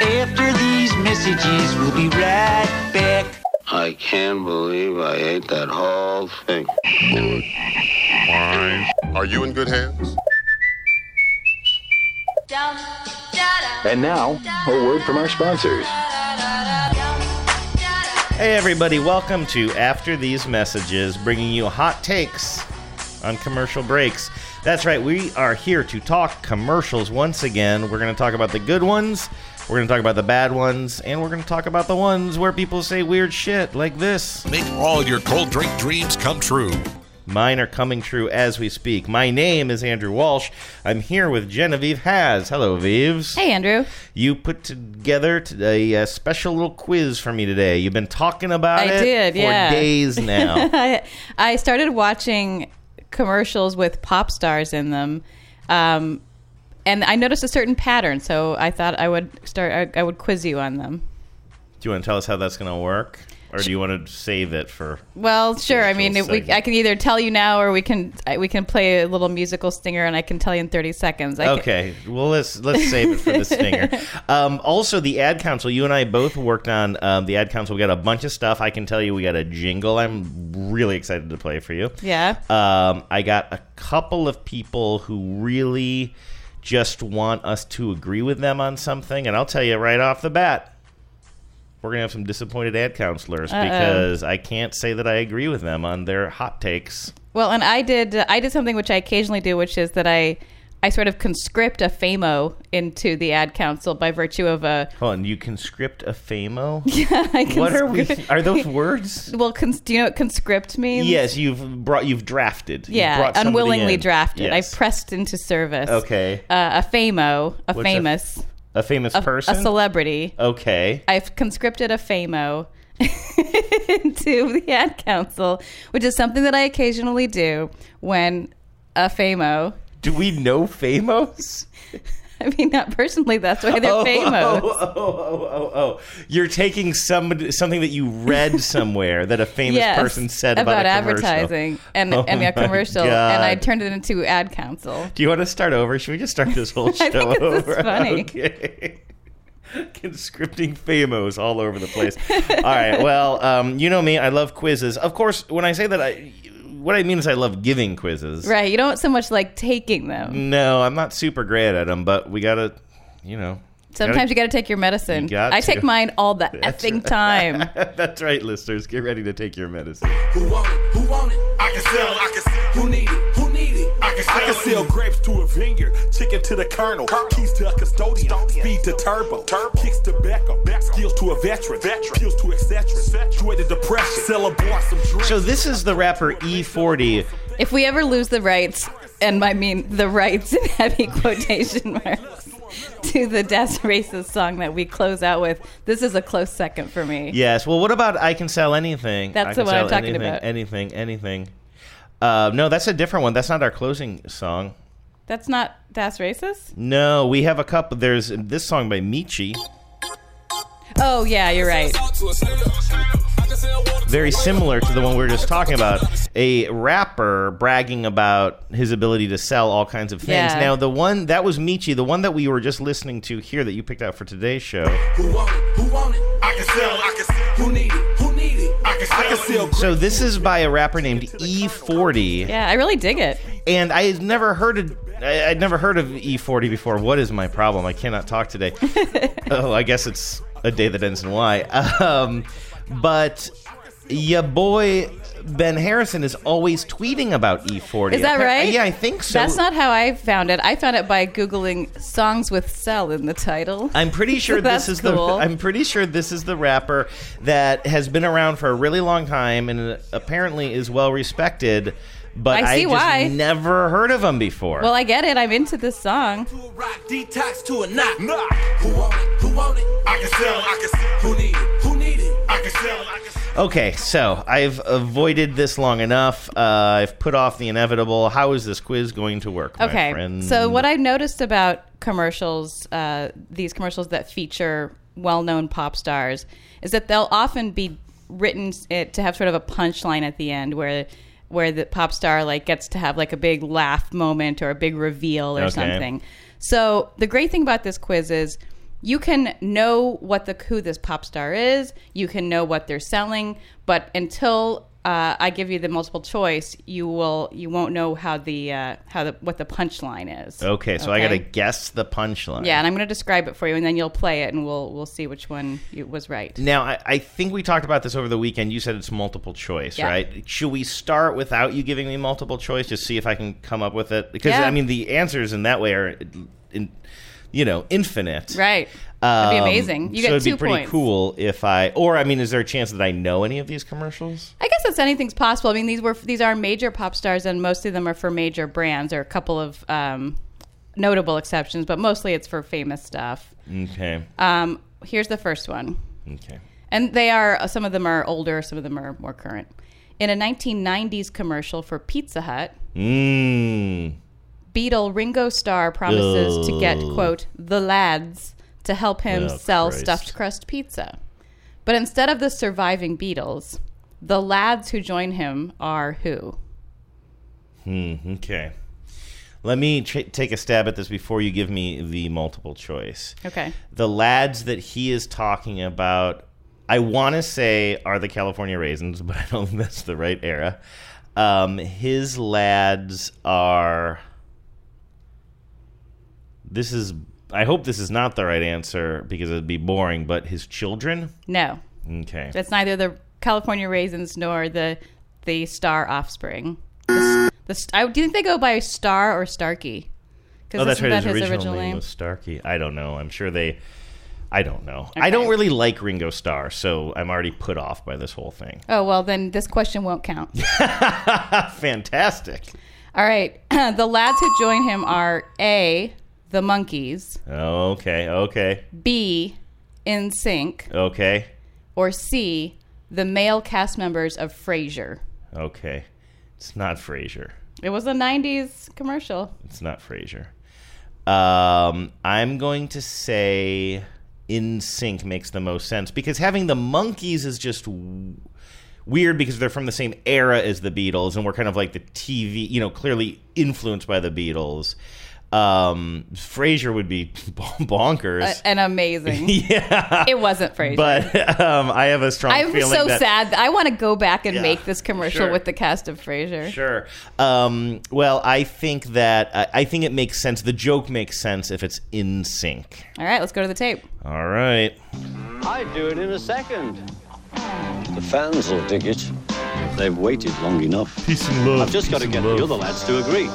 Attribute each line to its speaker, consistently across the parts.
Speaker 1: after these messages. We'll be right back.
Speaker 2: I can't believe I ate that whole thing.
Speaker 3: Are you in good hands?
Speaker 4: And now, a word from our sponsors.
Speaker 5: Hey, everybody, welcome to After These Messages, bringing you hot takes on commercial breaks. That's right, we are here to talk commercials once again. We're going to talk about the good ones, we're going to talk about the bad ones, and we're going to talk about the ones where people say weird shit like this.
Speaker 6: Make all your cold drink dreams come true.
Speaker 5: Mine are coming true as we speak. My name is Andrew Walsh. I'm here with Genevieve Has. Hello, Vives.
Speaker 7: Hey, Andrew.
Speaker 5: You put together t- a, uh, special little quiz for me today. You've been talking about
Speaker 7: I
Speaker 5: it
Speaker 7: did,
Speaker 5: for
Speaker 7: yeah.
Speaker 5: days now.
Speaker 7: I, I started watching commercials with pop stars in them, um, and I noticed a certain pattern. So I thought I would start. I, I would quiz you on them.
Speaker 5: Do you want to tell us how that's going to work, or do you want to save it for?
Speaker 7: Well, sure. I
Speaker 5: Actual
Speaker 7: mean, if we,
Speaker 5: segment.
Speaker 7: I can either tell you now, or we can I, we can play a little musical stinger, and I can tell you in thirty seconds. I can-
Speaker 5: Okay, well let's let's save it for the stinger. Um, also, the ad council. You and I both worked on um, the ad council. We got a bunch of stuff. I can tell you, we got a jingle. I'm really excited to play for you.
Speaker 7: yeah.
Speaker 5: Um, I got a couple of people who really just want us to agree with them on something, and I'll tell you right off the bat, we're gonna have some disappointed ad counselors because I can't say that I agree with them on their hot takes.
Speaker 7: Well, and I did I did something which I occasionally do, which is that I I sort of conscript a FAMO into the ad council by virtue of a.
Speaker 5: Hold on, you conscript a famo?
Speaker 7: I
Speaker 5: What are we?
Speaker 7: conscript-
Speaker 5: Are those words?
Speaker 7: Well, cons- do you know what conscript means?
Speaker 5: Yes, you've brought, you've drafted. You've
Speaker 7: Yeah,
Speaker 5: brought somebody
Speaker 7: unwillingly
Speaker 5: in.
Speaker 7: drafted.
Speaker 5: Yes.
Speaker 7: I pressed into service.
Speaker 5: Okay,
Speaker 7: Uh, a famo, a
Speaker 5: What's a
Speaker 7: famous,
Speaker 5: a famous
Speaker 7: a,
Speaker 5: person.
Speaker 7: a celebrity.
Speaker 5: okay,
Speaker 7: I've conscripted a famo into the ad council, which is something that I occasionally do when a famo.
Speaker 5: do we know famos?
Speaker 7: I mean, not personally. That's why they're famos.
Speaker 5: Oh, oh, oh, oh, oh. You're taking somebody, something that you read somewhere that a famous
Speaker 7: Yes,
Speaker 5: person said about, a commercial.
Speaker 7: advertising and,
Speaker 5: Oh
Speaker 7: and
Speaker 5: my
Speaker 7: a commercial, and I
Speaker 5: God.
Speaker 7: turned it into ad council.
Speaker 5: Do you want to start over? Should we just start this whole show
Speaker 7: think this is
Speaker 5: over?
Speaker 7: funny.
Speaker 5: Okay. Conscripting famos all over the place. all right. Well, um, you know me. I love quizzes. Of course, when I say that, I what I mean is I love giving quizzes.
Speaker 7: Right? You don't so much like taking them.
Speaker 5: No, I'm not super great at them, but we gotta, you know.
Speaker 7: Sometimes you got to take your medicine.
Speaker 5: You got
Speaker 7: I
Speaker 5: to.
Speaker 7: take mine all the
Speaker 5: That's
Speaker 7: effing time.
Speaker 5: That's right, listeners. Get ready to take your medicine.
Speaker 8: Who want it? Who want it?
Speaker 9: I can sell it. I can sell it.
Speaker 8: Who need it? Who need it?
Speaker 9: I can sell,
Speaker 8: I can
Speaker 9: it.
Speaker 8: sell grapes to a vineyard, chicken to the colonel, keys to a custodian, speed to turbo, kicks to Beckham, skills to a veteran, pills to etc. Joy to depression, sell a boy some drinks.
Speaker 5: So this is the rapper E E40.
Speaker 7: if we ever lose the rights, and I mean the rights in heavy quotation marks to the Das Racist song that we close out with, this is a close second for me.
Speaker 5: Yes. Well, what about I can sell anything?
Speaker 7: That's
Speaker 5: I
Speaker 7: the
Speaker 5: Can
Speaker 7: one I'm
Speaker 5: Sell
Speaker 7: talking
Speaker 5: anything,
Speaker 7: about.
Speaker 5: Anything, anything. Uh, no, that's a different one. That's not our closing song.
Speaker 7: That's not Das Racist?
Speaker 5: No, we have a couple. There's this song by Michi.
Speaker 7: Oh, yeah, you're right.
Speaker 5: very similar to the one we were just talking about. A rapper bragging about his ability to sell all kinds of things.
Speaker 7: Yeah.
Speaker 5: Now, the one that was Michi, the one that we were just listening to here that you picked out for today's show.
Speaker 8: Who want it? Who want it?
Speaker 9: I can sell it. I can sell it.
Speaker 8: Who need it? Who need it?
Speaker 9: I can sell,
Speaker 8: I can
Speaker 9: it.
Speaker 8: sell grapes.
Speaker 5: So, this is by a rapper named E E40,
Speaker 7: Yeah, I really dig it.
Speaker 5: and I had never heard of. I- I'd never heard of E40 before. What is my problem? I cannot talk today. oh, I guess it's a day that ends in Y. Um, but ya boy Ben Harrison is always tweeting about E40.
Speaker 7: Is that
Speaker 5: Appar-
Speaker 7: right?
Speaker 5: Yeah, I think so.
Speaker 7: That's not how I found it. I found it by googling songs with "sell" in the title.
Speaker 5: I'm pretty sure this
Speaker 7: That's
Speaker 5: is
Speaker 7: cool.
Speaker 5: the I'm pretty sure this is the rapper that has been around for a really long time and apparently is well respected, but
Speaker 7: I see
Speaker 5: just
Speaker 7: why.
Speaker 5: never heard of him before.
Speaker 7: well, I get it. I'm into this song.
Speaker 8: Who rock detox to a knock?
Speaker 9: Knock.
Speaker 8: Who want it? Who want it?
Speaker 9: I can sell it. I can sell it.
Speaker 8: Who need it? Who need it?
Speaker 9: I can sell it. I can sell it.
Speaker 5: okay, so I've avoided this long enough. Uh, I've put off the inevitable. How is this quiz going to work, my
Speaker 7: Okay.
Speaker 5: friend?
Speaker 7: So what I've noticed about commercials, uh, these commercials that feature well-known pop stars, is that they'll often be written s- it to have sort of a punchline at the end where where the pop star like gets to have like a big laugh moment or a big reveal or
Speaker 5: Okay.
Speaker 7: something. So the great thing about this quiz is you can know what the who this pop star is, you can know what they're selling, but until uh, I give you the multiple choice, you will you won't know how the uh, how the what the punchline is.
Speaker 5: Okay, so I got to guess the punchline.
Speaker 7: Yeah, and I'm going to describe it for you, and then you'll play it, and we'll we'll see which one you, was right.
Speaker 5: Now, I, I think we talked about this over the weekend. You said it's multiple choice,
Speaker 7: Yeah.
Speaker 5: right? Should we start without you giving me multiple choice? Just see if I can come up with it? Because,
Speaker 7: Yeah.
Speaker 5: I mean, the answers in that way are, in, you know, infinite.
Speaker 7: Right. That'd be
Speaker 5: Um,
Speaker 7: amazing.
Speaker 5: so
Speaker 7: You get
Speaker 5: it'd
Speaker 7: two
Speaker 5: be pretty
Speaker 7: points.
Speaker 5: cool if I, or, I mean, is there a chance that I know any of these commercials?
Speaker 7: I guess that's anything's possible. I mean, these were these are major pop stars, and most of them are for major brands. There are a couple of um, notable exceptions, but mostly it's for famous stuff.
Speaker 5: Okay.
Speaker 7: Um, here's the first one,
Speaker 5: okay.
Speaker 7: and they are uh, some of them are older, some of them are more current. In a 1990s commercial for Pizza Hut,
Speaker 5: Mmm.
Speaker 7: Beatle Ringo Starr promises to get
Speaker 5: Ugh.
Speaker 7: quote the lads to help him
Speaker 5: Oh,
Speaker 7: sell
Speaker 5: Christ.
Speaker 7: stuffed crust pizza. But instead of the surviving Beatles, the lads who join him are who?
Speaker 5: Okay. Let me ch- take a stab at this before you give me the multiple choice.
Speaker 7: Okay.
Speaker 5: The lads that he is talking about, I want to say are the California Raisins, but I don't think that's the right era. Um, his lads are. This is. I hope this is not the right answer because it'd be boring, but his children?
Speaker 7: No,
Speaker 5: Okay.
Speaker 7: that's neither the California Raisins nor the the Star Offspring. The, s- the st- I, do you think they go by Star or Starkey? Because
Speaker 5: Oh, that's right. His original, name, was Starkey. I don't know. I'm sure they. I don't know. I don't
Speaker 7: Okay.
Speaker 5: really like Ringo Starr, so I'm already put off by this whole thing.
Speaker 7: Oh well, then this question won't count.
Speaker 5: Fantastic.
Speaker 7: All right, the lads who join him are A. The Monkeys,
Speaker 5: Okay, okay,
Speaker 7: B. In Sync,
Speaker 5: okay,
Speaker 7: or C. The male cast members of Frasier.
Speaker 5: okay. It's not Frasier.
Speaker 7: It was a '90s commercial.
Speaker 5: It's not Frasier. Um, I'm going to say In Sync makes the most sense because having the monkeys is just w- weird because they're from the same era as the Beatles and we're kind of like the TV, you know, clearly influenced by the Beatles. Um, Frasier would be bon- bonkers.
Speaker 7: A- an amazing. yeah. It wasn't Frasier.
Speaker 5: but um, I have a strong
Speaker 7: I'm
Speaker 5: feeling
Speaker 7: so
Speaker 5: that
Speaker 7: sad. I want to go back and make this commercial
Speaker 5: sure.
Speaker 7: with the cast of Frasier.
Speaker 5: Sure. Um, well, I think that I I think it makes sense. The joke makes sense if it's in sync.
Speaker 7: All right, let's go to the tape.
Speaker 5: All right.
Speaker 2: I'd do it in a second. The fans will dig it. They've waited long enough. Peace and love. I've just got to get the other lads to agree.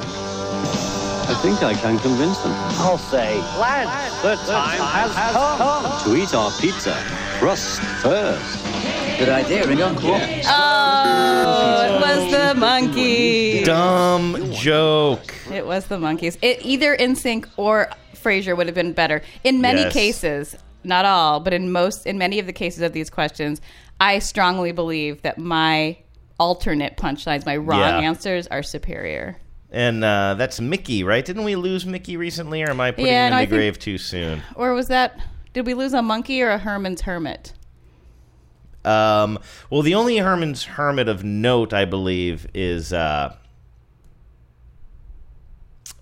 Speaker 2: I think I can convince them. I'll say, lads, the time has, come. to eat our pizza crust first. Good idea, Ringo.
Speaker 7: Oh, it was the monkeys.
Speaker 5: Dumb joke.
Speaker 7: It was the monkeys. It either NSYNC or Frasier would have been better. In many
Speaker 5: Yes.
Speaker 7: cases, not all, but in most, in many of the cases of these questions, I strongly believe that my alternate punchlines, my wrong
Speaker 5: Yeah.
Speaker 7: answers, are superior.
Speaker 5: And uh, that's Mickey, right? Didn't we lose Mickey recently, or am I putting him
Speaker 7: Yeah,
Speaker 5: in
Speaker 7: no,
Speaker 5: the
Speaker 7: I think-
Speaker 5: grave too soon?
Speaker 7: Or was that? Did we lose a monkey or a Herman's Hermit?
Speaker 5: Um, well, the only Herman's Hermit of note, I believe, is. Uh,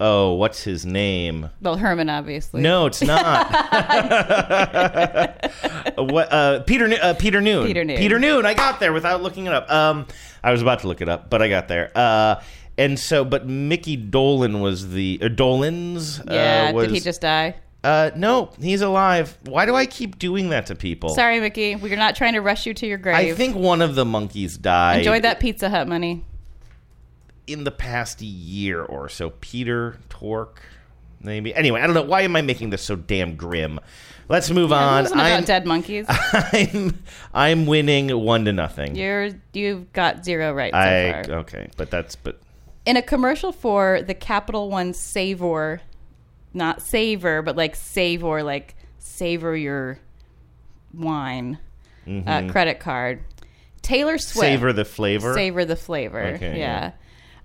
Speaker 5: oh, what's his name?
Speaker 7: Well, Herman, obviously.
Speaker 5: No, uh, it's not. what, uh, Peter Nu- uh, Peter Noon.
Speaker 7: Peter Noon.
Speaker 5: Peter Noon. I got there without looking it up. Um, I was about to look it up, but I got there. Uh, and so, but Mickey Dolan was the uh, Dolan's.
Speaker 7: Yeah.
Speaker 5: uh, was,
Speaker 7: did he just die?
Speaker 5: Uh, no, he's alive. Why do I keep doing that to people?
Speaker 7: Sorry, Mickey. We're not trying to rush you to your grave.
Speaker 5: I think one of the monkeys died.
Speaker 7: Enjoy that Pizza Hut money.
Speaker 5: in the past year or so. Peter Tork, maybe. Anyway, I don't know. Why am I making this so damn grim? Let's move
Speaker 7: It
Speaker 5: on.
Speaker 7: wasn't about
Speaker 5: I'm-
Speaker 7: dead monkeys.
Speaker 5: I'm I'm winning one to nothing.
Speaker 7: You're you've got zero right so
Speaker 5: I
Speaker 7: far.
Speaker 5: okay, but that's but
Speaker 7: In a commercial for the Capital One Savor, not savor, but like savor, like savor your wine uh, credit card. Taylor Swift
Speaker 5: Mm-hmm. savor the flavor.
Speaker 7: savor the flavor.
Speaker 5: Okay,
Speaker 7: yeah.
Speaker 5: yeah.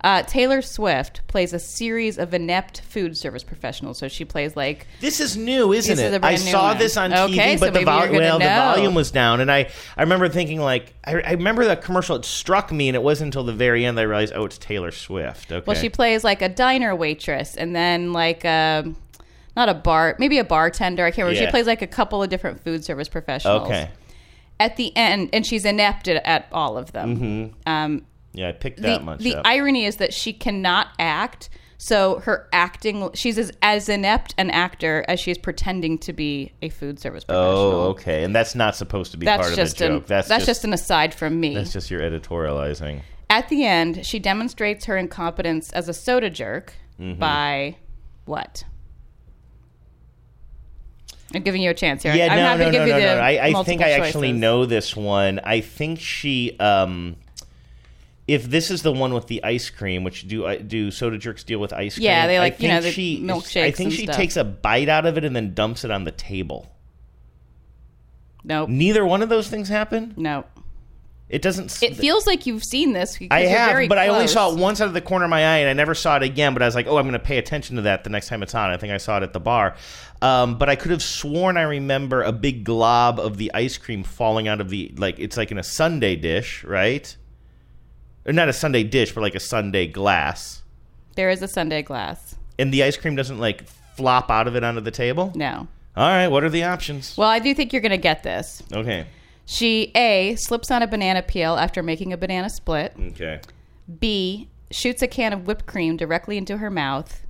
Speaker 7: Uh, Taylor Swift plays a series of inept food service professionals. So she plays like
Speaker 5: This is new, isn't
Speaker 7: This
Speaker 5: it?
Speaker 7: is a
Speaker 5: I
Speaker 7: brand new
Speaker 5: saw
Speaker 7: one.
Speaker 5: this on
Speaker 7: Okay,
Speaker 5: TV,
Speaker 7: so
Speaker 5: but the
Speaker 7: maybe you're
Speaker 5: volume
Speaker 7: gonna
Speaker 5: well, the
Speaker 7: know.
Speaker 5: volume was down, and I I remember thinking like I, I remember that commercial. It struck me, and it wasn't until the very end that I realized, oh, it's Taylor Swift. Okay,
Speaker 7: Well, she plays like a diner waitress, and then like a um, not a bar, maybe a bartender. I can't remember.
Speaker 5: Yeah.
Speaker 7: She plays like a couple of different food service professionals.
Speaker 5: Okay.
Speaker 7: At the end, and she's inept at, at all of them. Um,
Speaker 5: Yeah, I picked
Speaker 7: the,
Speaker 5: Mm-hmm. that much
Speaker 7: the
Speaker 5: up.
Speaker 7: irony is that she cannot act so her acting she's as, as inept an actor as she is pretending to be a food service professional
Speaker 5: oh, okay. And that's not supposed to be
Speaker 7: that's
Speaker 5: part of the
Speaker 7: just
Speaker 5: joke.
Speaker 7: an that's, just, an aside from me
Speaker 5: that's just your editorializing.
Speaker 7: at the end she demonstrates her incompetence as a soda jerk
Speaker 5: Mm-hmm.
Speaker 7: by what i'm giving you a chance here i'm
Speaker 5: no,
Speaker 7: happy
Speaker 5: no,
Speaker 7: to give
Speaker 5: no,
Speaker 7: you
Speaker 5: no,
Speaker 7: the
Speaker 5: no. I, I think
Speaker 7: multiple
Speaker 5: I actually
Speaker 7: choices.
Speaker 5: know this one. I think she. Um, if this is the one with the ice cream, which do I do soda jerks deal with ice cream?
Speaker 7: Yeah, they
Speaker 5: I
Speaker 7: like, you know,
Speaker 5: think
Speaker 7: the milkshakes
Speaker 5: I think
Speaker 7: and
Speaker 5: she
Speaker 7: stuff.
Speaker 5: takes a bite out of it and then dumps it on the table.
Speaker 7: nope
Speaker 5: Neither one of those things happen.
Speaker 7: nope
Speaker 5: It doesn't. s-
Speaker 7: it feels like you've seen this because
Speaker 5: I
Speaker 7: you're very
Speaker 5: have, but I only
Speaker 7: close.
Speaker 5: saw it once out of the corner of my eye, and I never saw it again. But I was like, "Oh, I'm going to pay attention to that the next time it's on." I think I saw it at the bar, um, but I could have sworn I remember a big glob of the ice cream falling out of the like. It's like in a Sunday dish, right? Or not a Sunday dish, but like a Sunday glass,
Speaker 7: there is a sunday glass
Speaker 5: and the ice cream doesn't like flop out of it onto the table.
Speaker 7: no
Speaker 5: All right, what are the options?
Speaker 7: Well, I do think you're going to get this.
Speaker 5: Okay,
Speaker 7: She A slips on a banana peel after making a banana split.
Speaker 5: okay.
Speaker 7: B shoots a can of whipped cream directly into her mouth.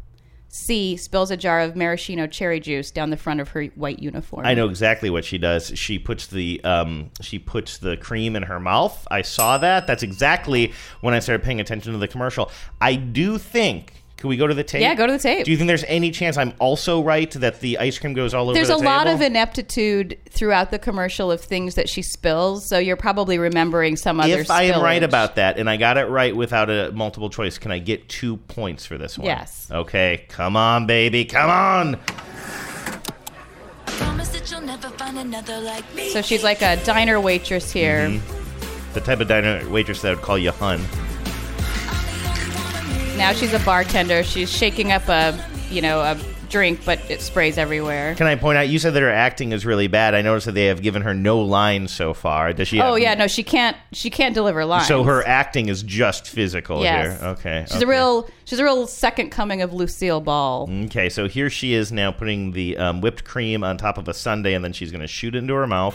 Speaker 7: C spills a jar of maraschino cherry juice down the front of her white uniform.
Speaker 5: I know exactly what she does. She puts the um, she puts the cream in her mouth. I saw that. That's exactly when I started paying attention to the commercial. I do think. Can we go to the tape?
Speaker 7: Yeah, go to the tape.
Speaker 5: Do you think there's any chance I'm also right that the ice cream goes all over?
Speaker 7: There's
Speaker 5: the
Speaker 7: a lot
Speaker 5: table?
Speaker 7: of ineptitude throughout the commercial of things that she spills, so you're probably remembering some other.
Speaker 5: If I am right
Speaker 7: spillage.
Speaker 5: about that, and I got it right without a multiple choice, can I get two points for this one?
Speaker 7: Yes.
Speaker 5: Okay. Come on, baby. Come on.
Speaker 7: so she's like a diner waitress here.
Speaker 5: Mm-hmm. The type of diner waitress that would call you hun.
Speaker 7: Now she's a bartender. She's shaking up a, you know, a drink, but it sprays everywhere.
Speaker 5: Can I point out? You said that her acting is really bad. I noticed that they have given her no lines so far. Does she?
Speaker 7: Oh
Speaker 5: have-
Speaker 7: yeah, no, she can't. She can't deliver lines.
Speaker 5: So her acting is just physical
Speaker 7: Yes.
Speaker 5: here. Okay.
Speaker 7: She's
Speaker 5: okay. Mm.
Speaker 7: a real. She's a real second coming of Lucille Ball.
Speaker 5: Okay, so here she is now putting the um, whipped cream on top of a sundae, and then she's going to shoot it into her mouth.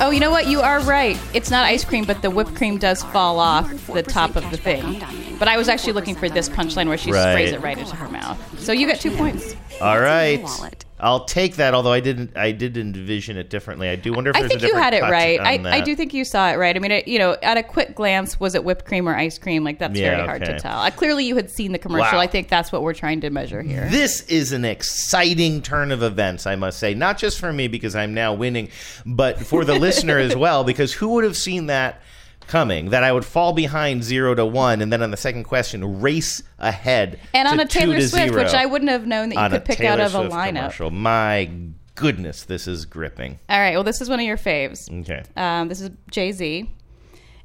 Speaker 7: Oh, you know what? You are right. It's not ice cream, but the whipped cream does fall off the top of the thing. But I was actually looking for this punchline where she
Speaker 5: Right.
Speaker 7: sprays it right into her mouth. So you got two points.
Speaker 5: All right.
Speaker 10: wallet.
Speaker 5: I'll take that. Although I didn't, I did envision it differently. I do wonder if
Speaker 7: I
Speaker 5: there's
Speaker 7: think
Speaker 5: a
Speaker 7: you
Speaker 5: different
Speaker 7: had it
Speaker 5: cut
Speaker 7: right.
Speaker 5: on
Speaker 7: I, I
Speaker 5: that.
Speaker 7: do think you saw it right. I mean, it, you know, at a quick glance, was it whipped cream or ice cream? Like that's
Speaker 5: Yeah,
Speaker 7: very hard
Speaker 5: okay.
Speaker 7: to tell. I, clearly, you had seen the commercial.
Speaker 5: Wow.
Speaker 7: I think that's what we're trying to measure here.
Speaker 5: This is an exciting turn of events, I must say. Not just for me because I'm now winning, but for the listener as well, because who would have seen that coming? That I would fall behind zero to one, and then on the second question, race ahead.
Speaker 7: and
Speaker 5: to
Speaker 7: on a
Speaker 5: two
Speaker 7: Taylor
Speaker 5: to
Speaker 7: Swift,
Speaker 5: zero
Speaker 7: which I wouldn't have known that you
Speaker 5: on
Speaker 7: could
Speaker 5: a
Speaker 7: pick
Speaker 5: Taylor
Speaker 7: out of
Speaker 5: Swift
Speaker 7: a lineup.
Speaker 5: Commercial. My goodness, this is gripping.
Speaker 7: All right. Well, this is one of your faves.
Speaker 5: Okay.
Speaker 7: Um, this is Jay Z.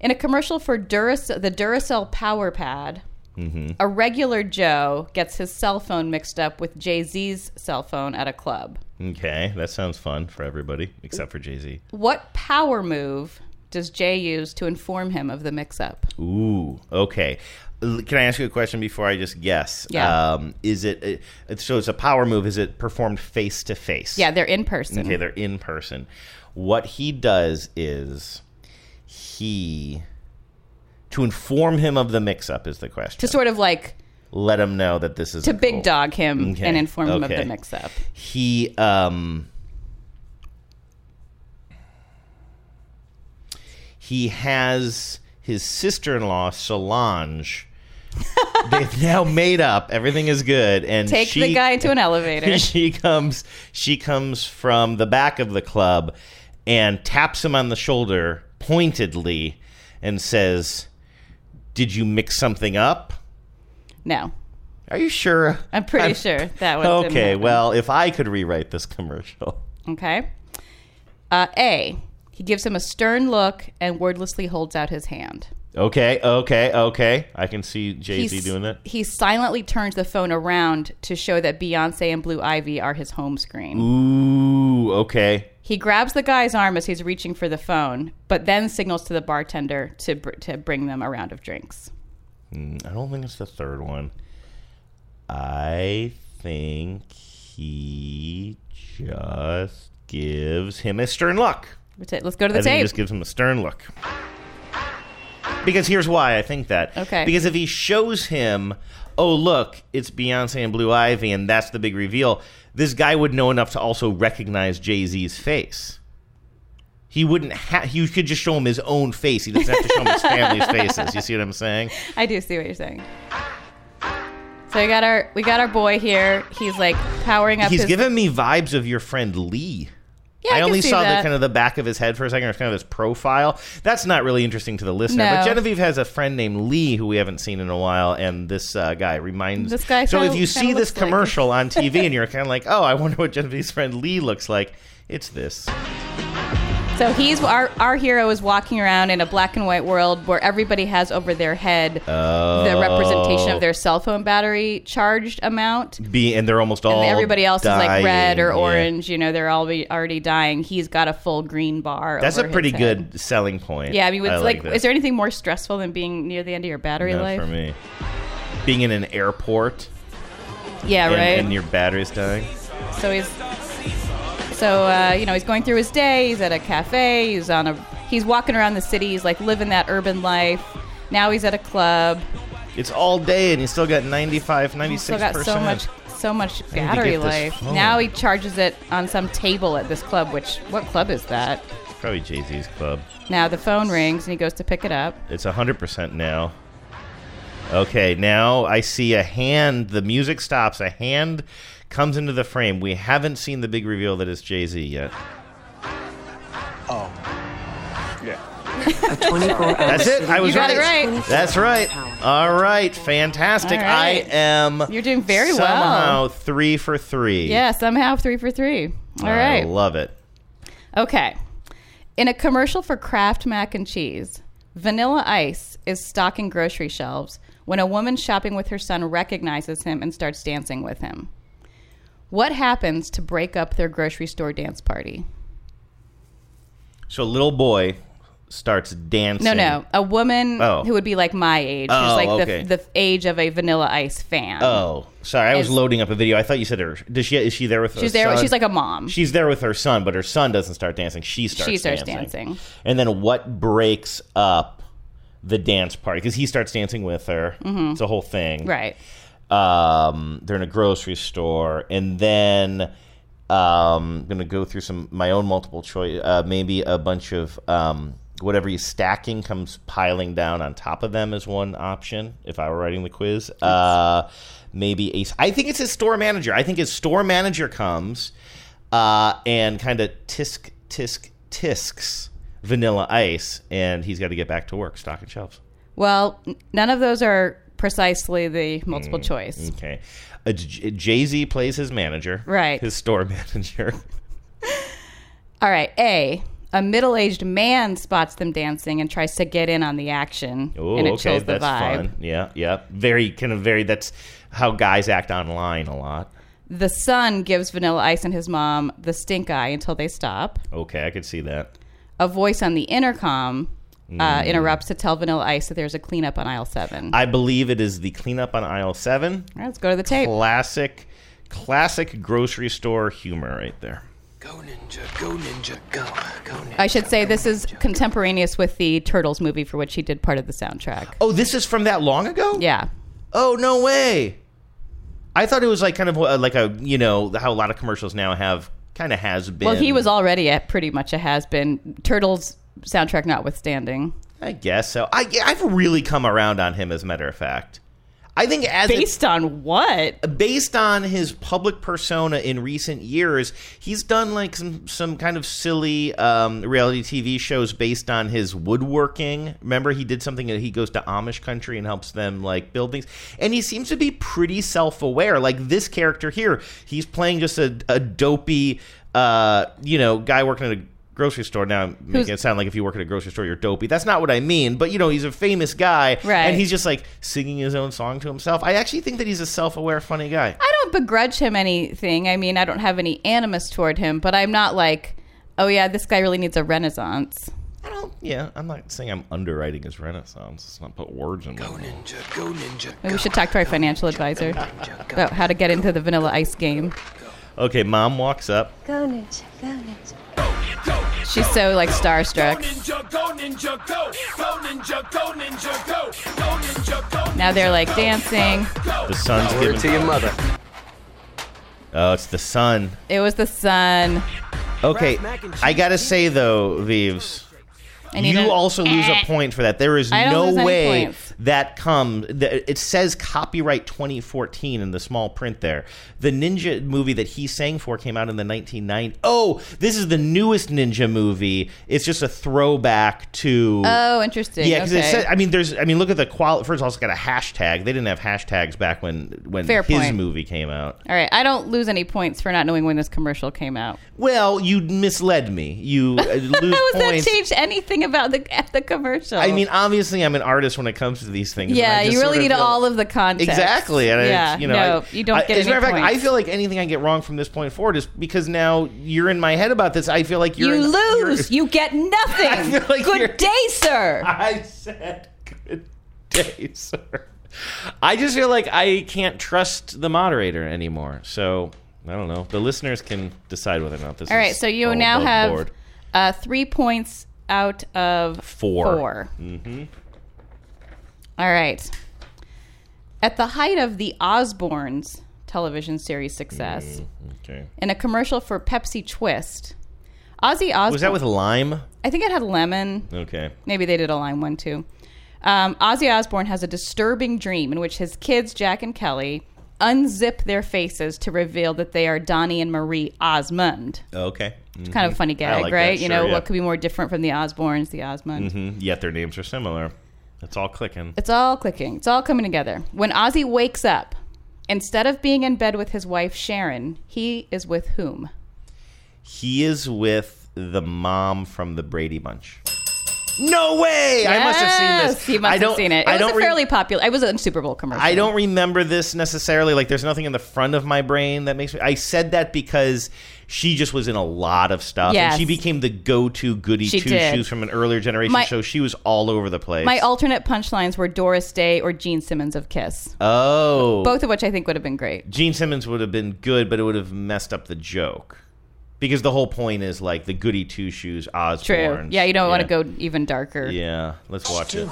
Speaker 7: In a commercial for Duracell, the Duracell Power Pad,
Speaker 5: Mm-hmm.
Speaker 7: a regular Joe gets his cell phone mixed up with Jay Z's cell phone at a club.
Speaker 5: Okay, that sounds fun for everybody except for Jay Z.
Speaker 7: What power move does Jay use to inform him of the mix up?
Speaker 5: Ooh, okay. L- Can I ask you a question before I just guess?
Speaker 7: Yeah.
Speaker 5: Um, is it uh, so? It's a power move. Is it performed face to face?
Speaker 7: Yeah, they're in person.
Speaker 5: Okay, they're in person. What he does is he to inform him of the mix-up is the question.
Speaker 7: To sort of like
Speaker 5: Let him know that this is
Speaker 7: to
Speaker 5: a
Speaker 7: big
Speaker 5: cool-
Speaker 7: dog him
Speaker 5: Okay,
Speaker 7: and inform him of
Speaker 5: okay.
Speaker 7: the mix up.
Speaker 5: He um he has his sister-in-law Solange. They've now made up. Everything is good, and
Speaker 7: Take
Speaker 5: she,
Speaker 7: the guy into an elevator.
Speaker 5: she comes she comes from the back of the club and taps him on the shoulder pointedly and says did you mix something up
Speaker 7: no,
Speaker 5: are you sure
Speaker 7: I'm pretty sure that was
Speaker 5: okay well if i could rewrite this commercial
Speaker 7: Okay. Uh, A. He gives him a stern look and wordlessly holds out his hand.
Speaker 5: okay okay okay i can see jay-z
Speaker 7: He's-
Speaker 5: doing that
Speaker 7: He silently turns the phone around to show that Beyonce and Blue Ivy are his home screen.
Speaker 5: ooh okay
Speaker 7: He grabs the guy's arm as he's reaching for the phone, but then signals to the bartender to br- to bring them a
Speaker 5: Mm,
Speaker 7: round of drinks.
Speaker 5: i don't think it's the third one i think he just gives him a stern look.
Speaker 7: That's it. Let's go to
Speaker 5: I
Speaker 7: the
Speaker 5: think he
Speaker 7: tape.
Speaker 5: just gives him a stern look. Because here's why I think that.
Speaker 7: Okay.
Speaker 5: Because if he shows him, oh look, it's Beyonce and Blue Ivy, and that's the big reveal. This guy would know enough to also recognize Jay Z's face. He wouldn't have. You could just show him his own face. He doesn't have to show him his family's faces. You see what I'm saying?
Speaker 7: I do see what you're saying. So we got our we got our boy here. He's like powering up.
Speaker 5: He's
Speaker 7: his,
Speaker 5: giving me vibes of your friend Lee.
Speaker 7: Yeah, I,
Speaker 5: I,
Speaker 7: can
Speaker 5: only
Speaker 7: see
Speaker 5: saw
Speaker 7: that.
Speaker 5: the kind of the back of his head for a second. It was kind of his profile. That's not really interesting to the listener. But
Speaker 7: No.
Speaker 5: Genevieve has a friend named Lee who we haven't seen in a while, and this uh, guy reminds.
Speaker 7: This guy
Speaker 5: So
Speaker 7: kinda-
Speaker 5: if you
Speaker 7: kinda
Speaker 5: see this
Speaker 7: looks like him.
Speaker 5: commercial on TV and you're kind of like, oh, I wonder what Genevieve's friend Lee looks like. It's this.
Speaker 7: so he's our our hero is walking around in a black and white world where everybody has over their head
Speaker 5: Oh.
Speaker 7: the representation of their cell phone battery charged amount.
Speaker 5: Be and they're almost all.
Speaker 7: And everybody else is like red
Speaker 5: dying.
Speaker 7: or
Speaker 5: Yeah.
Speaker 7: orange. You know, they're all be- already dying. He's got a full green bar.
Speaker 5: That's a
Speaker 7: over his
Speaker 5: pretty
Speaker 7: head.
Speaker 5: good selling point.
Speaker 7: Yeah, I mean, it's like,
Speaker 5: that.
Speaker 7: is there anything more stressful than being near the end of your battery
Speaker 5: Not
Speaker 7: life?
Speaker 5: for me. Being in an airport
Speaker 7: Yeah,
Speaker 5: and,
Speaker 7: right.
Speaker 5: and your battery's dying.
Speaker 7: So he's so uh, you know he's going through his day. He's at a cafe. He's on a he's walking around the city. He's like living that urban life. Now he's at a club.
Speaker 5: It's all day, and you still got 95, 96
Speaker 7: Still got so much so much
Speaker 5: get
Speaker 7: battery
Speaker 5: this
Speaker 7: life.
Speaker 5: phone.
Speaker 7: Now he charges it on some table at this club. Which what club is that?
Speaker 5: Probably Jay Z's club.
Speaker 7: Now the phone rings and he goes to pick it up.
Speaker 5: It's 100% now. Okay, now I see a hand. The music stops. A hand comes into the frame. We haven't seen the big reveal that it's Jay Z yet. That's it. I was
Speaker 7: You got it
Speaker 5: right.
Speaker 7: right.
Speaker 5: That's right. All right. Fantastic.
Speaker 7: All
Speaker 5: I
Speaker 7: right.
Speaker 5: am.
Speaker 7: You're doing very well.
Speaker 5: Somehow three for three.
Speaker 7: Yeah, somehow three for three. All right.
Speaker 5: I love it.
Speaker 7: Okay. In a commercial for Kraft mac and cheese, Vanilla Ice is stocking grocery shelves when a woman shopping with her son recognizes him and starts dancing with him. What happens to break up their grocery store dance party?
Speaker 5: So, little boy starts dancing.
Speaker 7: No, no. A woman
Speaker 5: Oh.
Speaker 7: who would be like my age,
Speaker 5: Oh,
Speaker 7: who's like
Speaker 5: okay.
Speaker 7: the, the age of a Vanilla Ice fan.
Speaker 5: Oh, sorry. I was
Speaker 7: Is-
Speaker 5: loading up a video. I thought you said her. Does she? Is she there with? her
Speaker 7: She's there.
Speaker 5: Son?
Speaker 7: She's like a mom.
Speaker 5: She's there with her son, but her son doesn't start dancing. She starts.
Speaker 7: She starts dancing.
Speaker 5: And then what breaks up the dance party? Because he starts dancing with her. It's a whole thing.
Speaker 7: Mm-hmm. right.
Speaker 5: Um, they're in a grocery store, and then um, I'm gonna go through some my own multiple choice. Uh, maybe a bunch of um, whatever he's stacking comes piling down on top of them is one option. If I were writing the quiz, uh, maybe a. I think it's his store manager. I think his store manager comes uh, and kind of tisk tisk tisks Vanilla Ice, and he's got to get back to work stocking shelves.
Speaker 7: Well, n- none of those are precisely the
Speaker 5: Mm.
Speaker 7: multiple choice.
Speaker 5: Okay. Uh, Jay Z plays his manager.
Speaker 7: Right.
Speaker 5: His store manager.
Speaker 7: All right. A. A middle aged man spots them dancing and tries to get in on the action.
Speaker 5: Ooh,
Speaker 7: and it
Speaker 5: Oh, okay.
Speaker 7: chills the
Speaker 5: that's
Speaker 7: vibe.
Speaker 5: fun. Yeah, yeah. Very, kind of very, that's how guys act online a lot.
Speaker 7: The son gives Vanilla Ice and his mom the stink eye until they stop.
Speaker 5: Okay, I could see that.
Speaker 7: A voice on the intercom uh, interrupts to tell Vanilla Ice that there's a cleanup on aisle seven.
Speaker 5: Mm. I believe it is the cleanup on aisle seven.
Speaker 7: All right, let's go to the tape.
Speaker 5: Classic, classic grocery store humor right there.
Speaker 7: I should say this is contemporaneous with the Turtles movie for which he did part of the soundtrack.
Speaker 5: Oh, this is from that long ago?
Speaker 7: Yeah.
Speaker 5: Oh no way! I thought it was like kind of uh, like a you know how a lot of commercials now have kind of has been.
Speaker 7: Well, he was already a, pretty much a has been. Turtles soundtrack notwithstanding.
Speaker 5: I guess so. I yeah, I've really come around on him as a matter of fact. I think as it-
Speaker 7: Based on what?
Speaker 5: based on his public persona in recent years, he's done like some some kind of silly um, reality TV shows based on his woodworking. Remember, he did something that he goes to Amish country and helps them like build things, and he seems to be pretty self aware. Like this character here, he's playing just a, a dopey, uh, you know, guy working at a grocery store now I'm making it sound like if you work at a grocery store you're dopey that's not what i mean but you know he's a famous guy
Speaker 7: Right.
Speaker 5: and he's just like singing his own song to himself i actually think that he's a self-aware funny guy
Speaker 7: I don't begrudge him anything. I mean, I don't have any animus toward him, but I'm not like, oh yeah, this guy really needs a renaissance.
Speaker 5: I don't. Yeah, I'm not saying I'm underwriting his Renaissance. Let's not put words in my mouth.
Speaker 7: Maybe we should talk to our financial advisor about how to get into the Vanilla Ice game.
Speaker 5: Okay, mom walks up.
Speaker 10: Go ninja, go ninja.
Speaker 7: She's so like starstruck. Now they're like dancing.
Speaker 5: The son's
Speaker 11: Word
Speaker 5: giving.
Speaker 11: to your mother.
Speaker 5: Oh, it's the son.
Speaker 7: It was the sun.
Speaker 5: Okay, I gotta say though, Vives,
Speaker 7: I need
Speaker 5: you
Speaker 7: a-
Speaker 5: also lose a point for that. There is
Speaker 7: eh. I don't
Speaker 5: no
Speaker 7: lose any
Speaker 5: way
Speaker 7: points.
Speaker 5: that comes. That it says copyright 2014 in the small print there. The ninja movie that he sang for came out in the 1990. Oh, this is the newest ninja movie. It's just a throwback to.
Speaker 7: Oh, interesting.
Speaker 5: Yeah, because
Speaker 7: okay.
Speaker 5: it says. I mean, there's. I mean, look at the quality. First of all, it's got a hashtag. They didn't have hashtags back when when
Speaker 7: Fair
Speaker 5: his
Speaker 7: point.
Speaker 5: movie came out.
Speaker 7: All right, I don't lose any points for not knowing when this commercial came out.
Speaker 5: Well, you misled me. You uh, lose
Speaker 7: How has
Speaker 5: points.
Speaker 7: that changed anything about the the commercial?
Speaker 5: I mean, obviously, I'm an artist when it comes to these things. and
Speaker 7: yeah,
Speaker 5: I just
Speaker 7: you
Speaker 5: sort
Speaker 7: really
Speaker 5: of
Speaker 7: need
Speaker 5: feel-
Speaker 7: all of the context.
Speaker 5: Exactly, and
Speaker 7: yeah,
Speaker 5: I, you know,
Speaker 7: no,
Speaker 5: I-
Speaker 7: you don't
Speaker 5: I-
Speaker 7: get
Speaker 5: As a
Speaker 7: any
Speaker 5: matter of fact,
Speaker 7: points.
Speaker 5: I feel like anything I get wrong from this point forward is because now you're in my head about this. I feel like you're
Speaker 7: you
Speaker 5: in- you're-
Speaker 7: lose. You get nothing.
Speaker 5: feel like you're-
Speaker 7: Good day, sir.
Speaker 5: I said good day, sir. I just feel like I can't trust the moderator anymore. So I don't know. The listeners can decide whether or not this.
Speaker 7: All right,
Speaker 5: is
Speaker 7: so you
Speaker 5: all
Speaker 7: now
Speaker 5: above
Speaker 7: have
Speaker 5: board.
Speaker 7: uh, three points out of
Speaker 5: 4
Speaker 7: four.
Speaker 5: Mm-hmm.
Speaker 7: All right. At the height of the Osbournes television series success,
Speaker 5: Mm. Okay.
Speaker 7: in a commercial for Pepsi Twist, Ozzy Osbourne.
Speaker 5: Was that with lime?
Speaker 7: I think it had lemon.
Speaker 5: Okay.
Speaker 7: Maybe they did a lime one too. Um, Ozzy Osbourne has a disturbing dream in which his kids, Jack and Kelly, unzip their faces to reveal that they are Donnie and Marie Osmond.
Speaker 5: Okay. Mhm.
Speaker 7: Kind of a funny gag,
Speaker 5: like that,
Speaker 7: right? you
Speaker 5: sure,
Speaker 7: know,
Speaker 5: yeah.
Speaker 7: what could be more different from the Osbournes, the Osmonds?
Speaker 5: Mhm. Yet their names are similar. It's all clicking.
Speaker 7: It's all clicking. It's all coming together. When Ozzy wakes up, instead of being in bed with his wife Sharon, he is with whom?
Speaker 5: He is with the mom from the Brady Bunch. No way! I must have seen
Speaker 7: Yes,
Speaker 5: this.
Speaker 7: You must
Speaker 5: I don't,
Speaker 7: have seen it. It
Speaker 5: I
Speaker 7: was
Speaker 5: don't
Speaker 7: a
Speaker 5: re-
Speaker 7: fairly popular. It was a Super Bowl commercial.
Speaker 5: I don't remember this necessarily. Like, there's nothing in the front of my brain that makes me. I said that because she just was in a lot of stuff,
Speaker 7: Yes.
Speaker 5: and she became the go-to goody
Speaker 7: She
Speaker 5: two
Speaker 7: did.
Speaker 5: shoes from an earlier generation.
Speaker 7: My-
Speaker 5: so she was all over the place.
Speaker 7: My alternate punchlines were Doris Day or Gene Simmons of Kiss,
Speaker 5: oh,
Speaker 7: both of which I think would have been great.
Speaker 5: Gene Simmons would have been good, but it would have messed up the joke because the whole point is like the goody two shoes Osborne.
Speaker 7: True. Yeah, you don't want to go even darker.
Speaker 5: Yeah, let's watch it.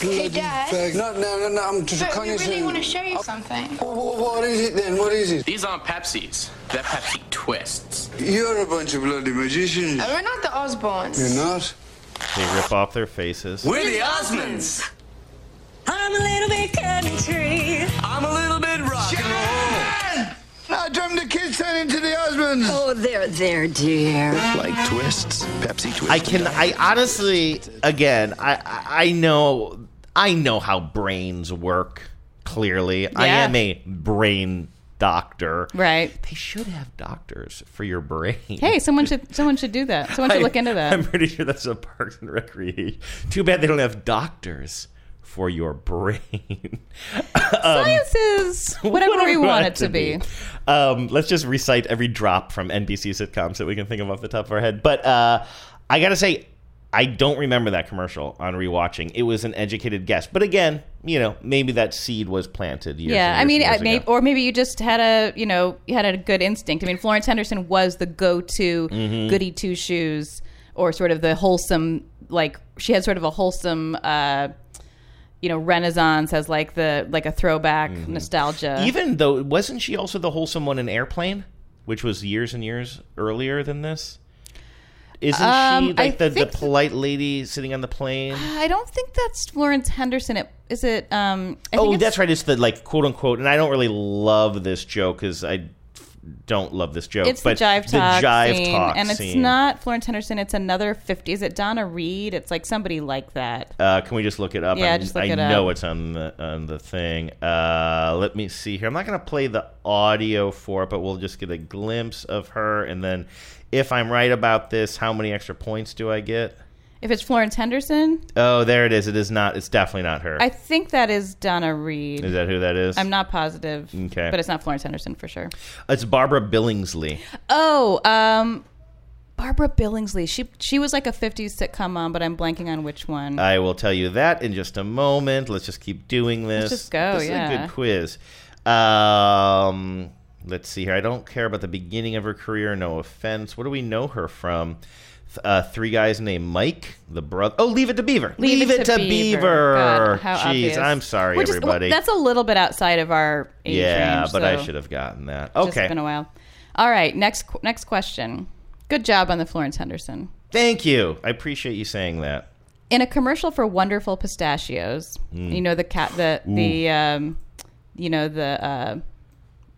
Speaker 10: Hey, Dad.
Speaker 12: No, no, no, no. I'm just
Speaker 10: But we really want to show you something.
Speaker 12: What is it then? What is it?
Speaker 13: These aren't Pepsis. They're Pepsi Twists.
Speaker 12: You're a bunch of bloody magicians.
Speaker 10: And we're not the Osbournes.
Speaker 12: You're not.
Speaker 5: They rip off their faces.
Speaker 13: We're the Osmonds.
Speaker 10: I'm a little bit country.
Speaker 13: I'm a little bit rock and roll.
Speaker 12: Now drum the kids turn into the husbands.
Speaker 10: Oh, there, there, dear.
Speaker 13: Like twists, Pepsi twists.
Speaker 5: I can. I honestly, again, I- I I know I know how brains work. Clearly, I
Speaker 7: Yeah.
Speaker 5: am a brain doctor.
Speaker 7: Right.
Speaker 5: They should have doctors for your brain.
Speaker 7: Hey, someone should someone should do that. Someone should look into that.
Speaker 5: I'm pretty sure that's a Parks and Recreation. Too bad they don't have doctors for your brain.
Speaker 7: Science is whatever, we want it to be.
Speaker 5: Um, let's just recite every drop from NBC sitcoms that we can think of off the top of our head. But uh, I gotta say, I don't remember that commercial on rewatching. It was an educated guess, but again, you know, maybe that seed was planted. Years
Speaker 7: Yeah, I
Speaker 5: and years
Speaker 7: mean,
Speaker 5: and
Speaker 7: I
Speaker 5: years
Speaker 7: may,
Speaker 5: ago.
Speaker 7: or maybe you just had a you know you had a good instinct. I mean, Florence Henderson was the go-to
Speaker 5: Mm-hmm.
Speaker 7: goody two shoes, or sort of the wholesome like she had sort of a wholesome. uh you know, Renaissance as like the like a throwback nostalgia.
Speaker 5: Mm-hmm. even though wasn't she also the wholesome one in Airplane, which was years and years earlier than this? Isn't she
Speaker 7: Um, I
Speaker 5: like the, the
Speaker 7: think-
Speaker 5: polite lady sitting on the plane?
Speaker 7: I don't think that's Florence Henderson. It, is it? Um, I think
Speaker 5: Oh,
Speaker 7: it's-
Speaker 5: that's right. It's the like quote unquote, and I don't really love this joke because I f- don't love this joke.
Speaker 7: It's
Speaker 5: but
Speaker 7: the jive talk
Speaker 5: the jive
Speaker 7: scene,
Speaker 5: talk
Speaker 7: and it's
Speaker 5: scene.
Speaker 7: not Florence Henderson. It's another fifty. Is it Donna Reed? It's like somebody like that.
Speaker 5: Uh, can we just look it up?
Speaker 7: Yeah,
Speaker 5: I,
Speaker 7: just look
Speaker 5: I
Speaker 7: it
Speaker 5: know
Speaker 7: up.
Speaker 5: it's on the on the thing. Uh, let me see here. I'm not going to play the audio for it, but we'll just get a glimpse of her, and then if I'm right about this, how many extra points do I get?
Speaker 7: If it's Florence Henderson,
Speaker 5: Oh, there it is. It is not. It's definitely not her.
Speaker 7: I think that is Donna Reed.
Speaker 5: is that who that is?
Speaker 7: I'm not positive.
Speaker 5: Okay.
Speaker 7: but it's not Florence Henderson for sure.
Speaker 5: It's Barbara Billingsley.
Speaker 7: Oh, um, Barbara Billingsley. She she was like a '50s sitcom mom, but I'm blanking on which one.
Speaker 5: I will tell you that in just a moment. Let's just keep doing this.
Speaker 7: Let's just go,
Speaker 5: This is a
Speaker 7: yeah.
Speaker 5: good quiz. Um, let's see here. I don't care about the beginning of her career. No offense. What do we know her from? Th- Uh, three guys named Mike, the brother. Oh, Leave It to Beaver.
Speaker 7: Leave It to Beaver.
Speaker 5: Beaver.
Speaker 7: God, how
Speaker 5: Jeez,
Speaker 7: obvious.
Speaker 5: I'm sorry,
Speaker 7: Which is-
Speaker 5: everybody.
Speaker 7: that's a little bit outside of our age
Speaker 5: yeah,
Speaker 7: range,
Speaker 5: but
Speaker 7: so
Speaker 5: I should have gotten that.
Speaker 7: it's
Speaker 5: Okay.
Speaker 7: just been a while. All right, next qu- next question. Good job on the Florence Henderson.
Speaker 5: Thank you. I appreciate you saying that.
Speaker 7: in a commercial for wonderful pistachios
Speaker 5: Mm.
Speaker 7: you know the cat the the um, you know the uh,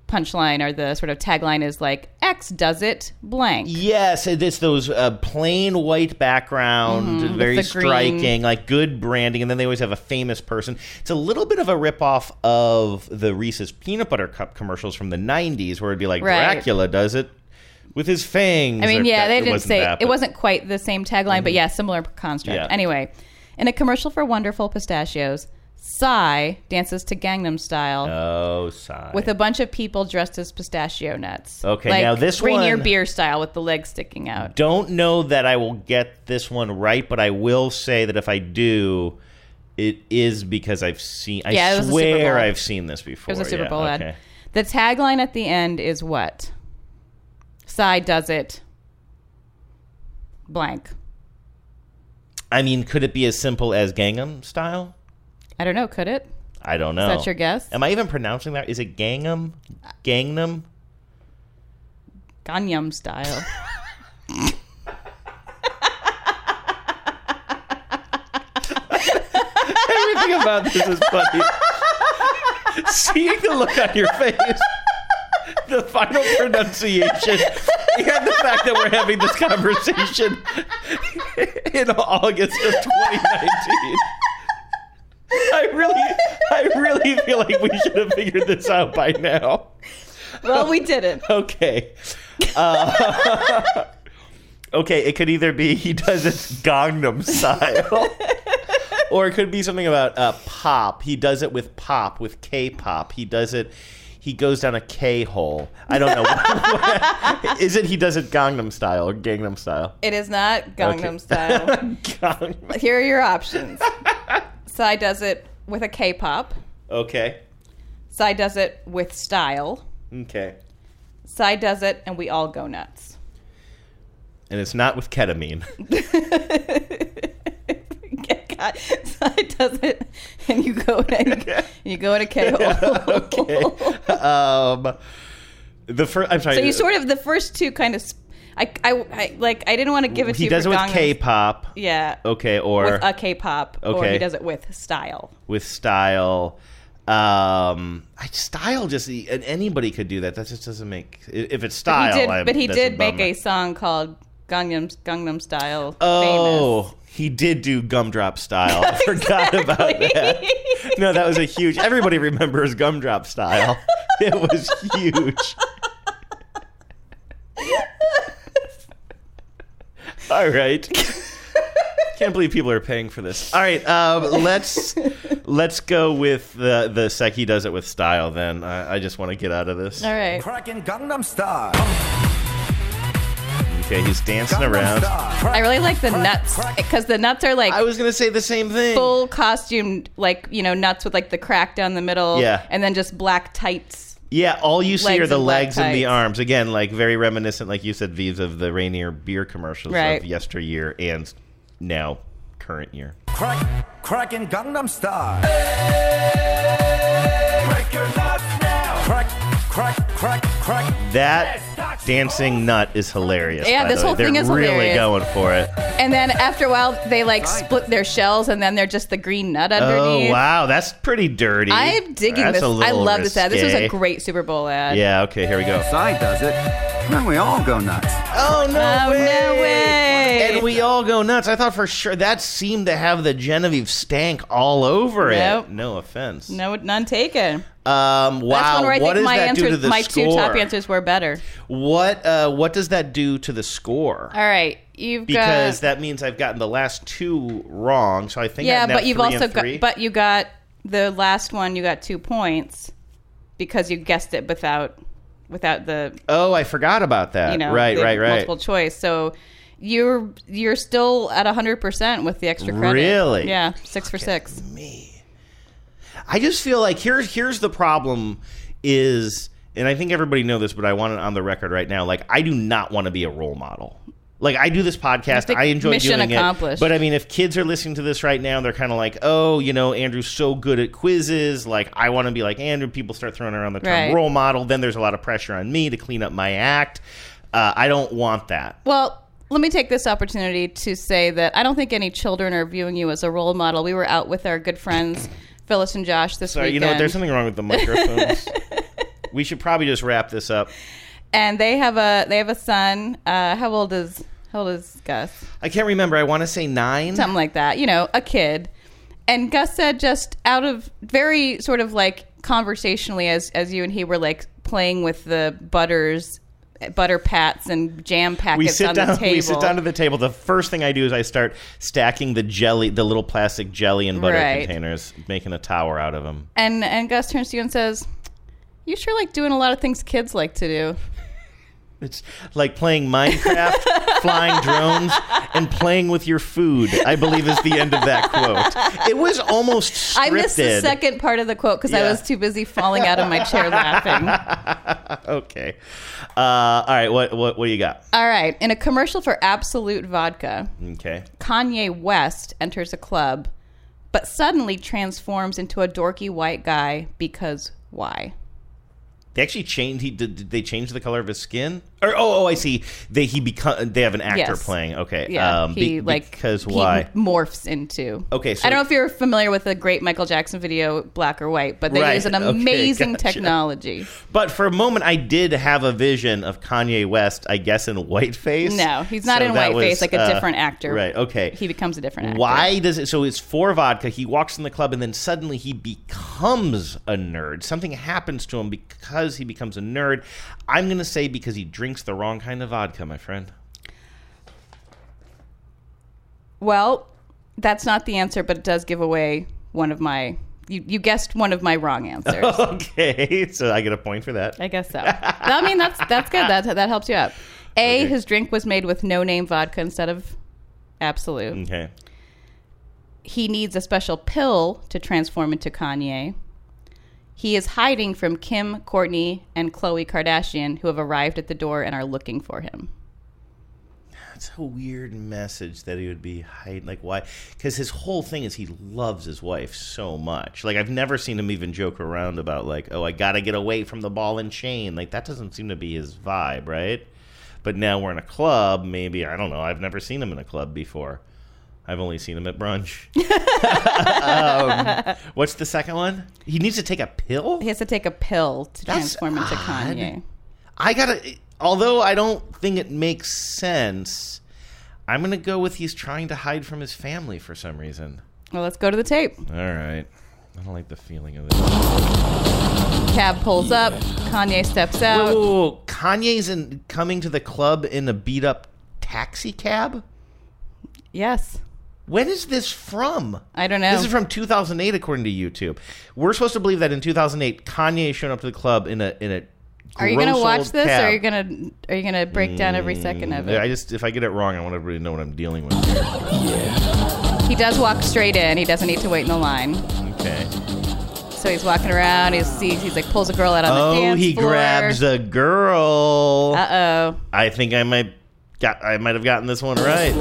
Speaker 7: punchline or the sort of tagline is like x does it blank
Speaker 5: Yes, it- it's those uh, plain white background,
Speaker 7: Mhm, with
Speaker 5: very
Speaker 7: the green.
Speaker 5: striking, like good branding, and then they always have a famous person. It's a little bit of a ripoff of the Reese's peanut butter cup commercials from the '90s, where it'd be like
Speaker 7: Right.
Speaker 5: Dracula does it with his fangs.
Speaker 7: i mean
Speaker 5: or-
Speaker 7: yeah they
Speaker 5: it
Speaker 7: didn't
Speaker 5: wasn't
Speaker 7: say
Speaker 5: that, but-
Speaker 7: it
Speaker 5: Mm-hmm.
Speaker 7: wasn't quite the same tagline but yeah similar construct
Speaker 5: Yeah.
Speaker 7: anyway in a commercial for wonderful pistachios psy dances to gangnam style
Speaker 5: Oh, sigh.
Speaker 7: with a bunch of people dressed as pistachio nuts.
Speaker 5: Okay,
Speaker 7: like
Speaker 5: now this
Speaker 7: Rainier
Speaker 5: one-
Speaker 7: Beer style with the legs sticking out.
Speaker 5: Don't know that I will get this one right, but I will say that if I do, it is because I've seen. I
Speaker 7: Yeah, it was a Super
Speaker 5: swear
Speaker 7: Bowl.
Speaker 5: I've seen this before.
Speaker 7: It was a Super
Speaker 5: Yeah,
Speaker 7: Bowl
Speaker 5: okay.
Speaker 7: ad. The tagline at the end is what? Psy does it. Blank.
Speaker 5: I mean, could it be as simple as Gangnam Style?
Speaker 7: I don't know. Could it?
Speaker 5: I don't know.
Speaker 7: Is that your guess?
Speaker 5: Am I even pronouncing that? Is it Gangnam? Gangnam?
Speaker 7: Gangnam style.
Speaker 5: Everything about this is funny. Seeing the look on your face, the final pronunciation, and the fact that we're having this conversation in August of 2019. I really, I really feel like we should have figured this out by now.
Speaker 7: well, we didn't.
Speaker 5: Okay. Uh, okay, it could either be he does it Gangnam style, or it could be something about uh, pop. He does it with pop, with K-pop. He does it. He goes down a K hole. I don't know. What- Is it he does it Gangnam style or Gangnam style?
Speaker 7: It is not Gangnam
Speaker 5: Okay.
Speaker 7: style.
Speaker 5: Gangnam.
Speaker 7: Here are your options. Psy does it with a K-pop.
Speaker 5: Okay.
Speaker 7: Psy does it with style.
Speaker 5: Okay.
Speaker 7: Psy does it, and we all go nuts.
Speaker 5: And it's not with ketamine.
Speaker 7: God, Psy does it, and you go and you, you go in a K hole.
Speaker 5: okay. Um, the first. I'm sorry.
Speaker 7: So you sort of the first two kind of. sp- I, I, I- like I didn't want to give it to
Speaker 5: He
Speaker 7: you.
Speaker 5: does it
Speaker 7: for
Speaker 5: with
Speaker 7: Gangnam-
Speaker 5: K-pop.
Speaker 7: Yeah.
Speaker 5: Okay, or
Speaker 7: with a K-pop, or
Speaker 5: Okay.
Speaker 7: he does it with style.
Speaker 5: with style. Um, I, style just and anybody could do that. That just doesn't make if it's
Speaker 7: But
Speaker 5: style.
Speaker 7: he did,
Speaker 5: I'm-
Speaker 7: but he
Speaker 5: that's a
Speaker 7: did make
Speaker 5: bummer.
Speaker 7: a song called Gangnam Gangnam Style.
Speaker 5: Oh, he did do gumdrop style. I forgot about that. No, that was a huge. Everybody remembers gumdrop style. It was huge. All right. Can't believe people are paying for this. All right, um, let's let's go with the the sec. He does it with style. Then I, I just want to get out of this.
Speaker 7: All right.
Speaker 11: Cracking Gangnam Style.
Speaker 5: Okay, he's dancing around.
Speaker 7: I really like the nuts because the nuts are like I
Speaker 5: was gonna say the same thing.
Speaker 7: Full costume, like you know, nuts with like the crack down the middle,
Speaker 5: Yeah.
Speaker 7: and then just black tights.
Speaker 5: Yeah, all you see
Speaker 7: Legs
Speaker 5: are the
Speaker 7: and black
Speaker 5: legs and the
Speaker 7: tights.
Speaker 5: arms. Again, like very reminiscent, like you said, Vives of the Rainier beer commercials
Speaker 11: Right.
Speaker 5: of yesteryear and now current year.
Speaker 11: Crack, cracking Gangnam Style. Crack, crack, crack, crack.
Speaker 5: That dancing nut is hilarious.
Speaker 7: Yeah,
Speaker 5: by the
Speaker 7: this
Speaker 5: way.
Speaker 7: whole thing
Speaker 5: They're
Speaker 7: is
Speaker 5: really
Speaker 7: hilarious.
Speaker 5: going for it.
Speaker 7: And then after a while, they like split their shells, and then they're just the green nut underneath.
Speaker 5: Oh wow, that's pretty dirty.
Speaker 7: I'm digging
Speaker 5: That's
Speaker 7: this.
Speaker 5: a
Speaker 7: I
Speaker 5: little
Speaker 7: love this ad. This was a
Speaker 5: risque.
Speaker 7: great Super Bowl ad.
Speaker 5: Yeah. Okay. Here we go.
Speaker 13: Side does it. Then we all go nuts.
Speaker 5: Oh no
Speaker 7: way!
Speaker 5: And we all go nuts. I thought for sure that seemed to have the Genevieve stank all over
Speaker 7: Nope.
Speaker 5: it. No offense.
Speaker 7: No, none taken.
Speaker 5: Um, wow.
Speaker 7: That's one where I
Speaker 5: what
Speaker 7: think
Speaker 5: does
Speaker 7: my
Speaker 5: that do to
Speaker 7: answers,
Speaker 5: the
Speaker 7: my
Speaker 5: score?
Speaker 7: two top answers were better.
Speaker 5: What uh, what does that do to the score?
Speaker 7: All right, you've
Speaker 5: Because
Speaker 7: got
Speaker 5: that means I've gotten the last two wrong, so I think
Speaker 7: yeah,
Speaker 5: I'm now
Speaker 7: but you've
Speaker 5: three
Speaker 7: also
Speaker 5: and
Speaker 7: got
Speaker 5: three.
Speaker 7: but you got the last one. You got two points because you guessed it without without the
Speaker 5: oh I forgot about that
Speaker 7: you know
Speaker 5: right
Speaker 7: the
Speaker 5: right right
Speaker 7: multiple choice. So you're you're still at hundred percent with the extra credit.
Speaker 5: Really?
Speaker 7: Yeah, six for six. Me.
Speaker 5: I just feel like here's here's the problem is and I think everybody know this, but I want it on the record right now. Like I do not want to be a role model. Like I do this podcast,
Speaker 7: think
Speaker 5: I enjoy
Speaker 7: mission
Speaker 5: doing
Speaker 7: accomplished.
Speaker 5: it. But I mean, if kids are listening to this right now, they're kind of like, "Oh, you know, Andrew's so good at quizzes. Like, I want to be like Andrew." People start throwing around the term
Speaker 7: Right.
Speaker 5: role model. Then there's a lot of pressure on me to clean up my act. Uh, I don't want that.
Speaker 7: Well, let me take this opportunity to say that I don't think any children are viewing you as a role model. We were out with our good friends Phyllis and Josh this
Speaker 5: Sorry,
Speaker 7: weekend.
Speaker 5: you know what? There's something wrong with the microphones. we should probably just wrap this up.
Speaker 7: and they have a they have a son. Uh, how old is how old is Gus?
Speaker 5: I can't remember. I want to say nine.
Speaker 7: Something like that. You know, a kid. And Gus said just out of very sort of like conversationally as as you and he were like playing with the butters butter pats and jam packets
Speaker 5: we sit
Speaker 7: on
Speaker 5: down.
Speaker 7: the table.
Speaker 5: We sit down to the table. The first thing I do is I start stacking the jelly, the little plastic jelly and butter
Speaker 7: Right.
Speaker 5: containers, making a tower out of them.
Speaker 7: and and Gus turns to you and says, "You sure like doing a lot of things kids like to do."
Speaker 5: It's like playing Minecraft, flying drones, and playing with your food. I believe is the end of that quote. It was almost scripted.
Speaker 7: I missed the second part of the quote because I
Speaker 5: Yeah.
Speaker 7: was too busy falling out of my chair laughing.
Speaker 5: okay. Uh, all right. What what what do you got?
Speaker 7: All right, in a commercial for Absolute Vodka,
Speaker 5: Okay.
Speaker 7: Kanye West enters a club, but suddenly transforms into a dorky white guy because why?
Speaker 5: They actually changed. He did, did. They change the color of his skin. Or oh, oh, I see. They he become. They have an actor
Speaker 7: Yes.
Speaker 5: playing. Okay.
Speaker 7: Yeah,
Speaker 5: Um,
Speaker 7: he
Speaker 5: be-
Speaker 7: like
Speaker 5: because
Speaker 7: he
Speaker 5: why?
Speaker 7: morphs into.
Speaker 5: Okay, so-
Speaker 7: I don't know if you're familiar with the great Michael Jackson video Black or White, but they
Speaker 5: Right,
Speaker 7: use an
Speaker 5: okay,
Speaker 7: amazing
Speaker 5: gotcha.
Speaker 7: technology.
Speaker 5: But for a moment, I did have a vision of Kanye West, I guess, in whiteface.
Speaker 7: No, he's not
Speaker 5: So
Speaker 7: in
Speaker 5: that
Speaker 7: whiteface.
Speaker 5: was,
Speaker 7: like a
Speaker 5: uh,
Speaker 7: different actor.
Speaker 5: Right. Okay.
Speaker 7: He becomes a different actor.
Speaker 5: Why does it? So it's for vodka. He walks in the club, and then suddenly he becomes a nerd. Something happens to him because he becomes a nerd. I'm gonna say because he drinks the wrong kind of vodka, my friend.
Speaker 7: Well, that's not the answer, but it does give away one of my. You, you guessed one of my wrong answers.
Speaker 5: okay, so Oh. I get a point for that.
Speaker 7: I guess so. I mean, that's that's good. That that helps you out. A,
Speaker 5: Okay.
Speaker 7: his drink was made with no name vodka instead of absolute.
Speaker 5: Okay.
Speaker 7: He needs a special pill to transform into Kanye. He is hiding from Kim, Courtney, and Khloe Kardashian, who have arrived at the door and are looking for him.
Speaker 5: That's a weird message that he would be hiding. Like, why? Because his whole thing is he loves his wife so much. Like, I've never seen him even joke around about, like, oh, I got to get away from the ball and chain. Like, that doesn't seem to be his vibe, right? But now we're in a club, maybe. I don't know. I've never seen him in a club before. I've only seen him at brunch. um, what's the second one? He needs to take a pill?
Speaker 7: He has to take a pill to
Speaker 5: That's
Speaker 7: transform into
Speaker 5: odd.
Speaker 7: Kanye.
Speaker 5: I gotta. Although I don't think it makes sense, I'm gonna go with he's trying to hide from his family for some reason.
Speaker 7: Well, let's go to the tape.
Speaker 5: All right. I don't like the feeling of this.
Speaker 7: Cab pulls up. Kanye steps out.
Speaker 5: Oh, Kanye's in, coming to the club in a beat up taxi cab.
Speaker 7: Yes.
Speaker 5: When is this from?
Speaker 7: I don't know.
Speaker 5: This is from 2008, according to YouTube. We're supposed to believe that in 2008, Kanye showed up to the club in a in a.
Speaker 7: Are you gonna
Speaker 5: gross
Speaker 7: watch
Speaker 5: old Mm,
Speaker 7: this,
Speaker 5: cab.
Speaker 7: or are you gonna are you gonna break down every second of it?
Speaker 5: I just if I get it wrong, I want everybody to know what I'm dealing with.
Speaker 7: He does walk straight in. He doesn't need to wait in the line.
Speaker 5: Okay.
Speaker 7: So he's walking around. He sees. He's like pulls a girl out on the
Speaker 5: Oh,
Speaker 7: dance
Speaker 5: he
Speaker 7: floor.
Speaker 5: grabs a girl.
Speaker 7: Uh oh.
Speaker 5: I think I might got I might have gotten this one right.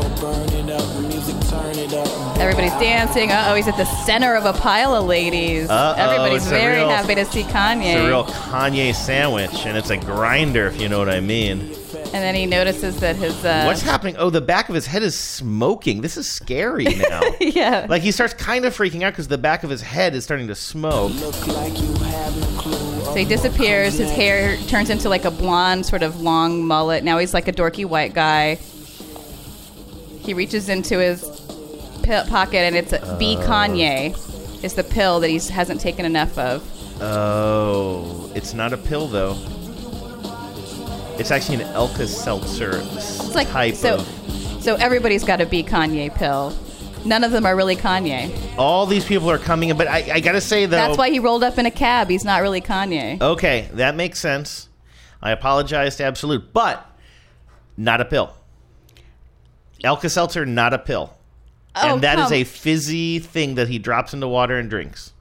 Speaker 7: Everybody's dancing. Uh oh. He's at the center of a pile of ladies.
Speaker 5: Uh-oh,
Speaker 7: Everybody's
Speaker 5: it's a
Speaker 7: very
Speaker 5: real-
Speaker 7: happy to see Kanye.
Speaker 5: It's a real Kanye sandwich, and it's a grinder, if you know what I mean.
Speaker 7: and then he notices that his uh,
Speaker 5: What's happening? Oh, the back of his head is smoking. This is scary now.
Speaker 7: yeah.
Speaker 5: like he starts kind of freaking out because the back of his head is starting to smoke.
Speaker 7: So he disappears. His hair turns into like a blonde, sort of long mullet. Now he's like a dorky white guy. He reaches into his pill pocket, and it's a B
Speaker 5: Oh.
Speaker 7: Kanye. It's the pill that he hasn't taken enough of.
Speaker 5: Oh, it's not a pill though. It's actually an Elka Seltzer
Speaker 7: It's like
Speaker 5: type
Speaker 7: so.
Speaker 5: of.
Speaker 7: So everybody's got a B Kanye pill. None of them are really Kanye.
Speaker 5: All these people are coming in, but I, I gotta say though,
Speaker 7: That's why he rolled up in a cab. He's not really Kanye.
Speaker 5: Okay, that makes sense. I apologize to Absolute, but not a pill. Alka Seltzer, not a pill.
Speaker 7: Oh,
Speaker 5: and that is
Speaker 7: come.
Speaker 5: a fizzy thing that he drops into water and drinks.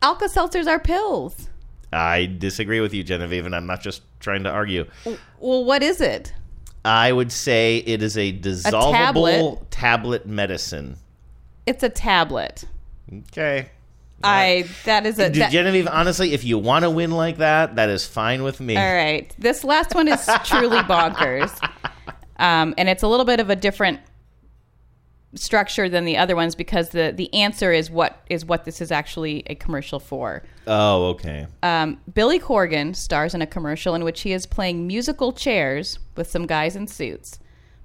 Speaker 7: Alka Seltzers are pills.
Speaker 5: I disagree with you, Genevieve, and I'm not just trying to argue.
Speaker 7: W- Well, what is it?
Speaker 5: I would say it is a dissolvable
Speaker 7: tablet.
Speaker 5: tablet medicine.
Speaker 7: It's a tablet.
Speaker 5: Okay.
Speaker 7: I that is a
Speaker 5: Dude,
Speaker 7: that-
Speaker 5: Genevieve, honestly, if you want to win like that, that is fine with me.
Speaker 7: All right. This last one is truly bonkers. Um, and it's a little bit of a different structure than the other ones because the, the answer is what is what this is actually a commercial for.
Speaker 5: Oh, okay.
Speaker 7: Um, Billy Corgan stars in a commercial in which he is playing musical chairs with some guys in suits.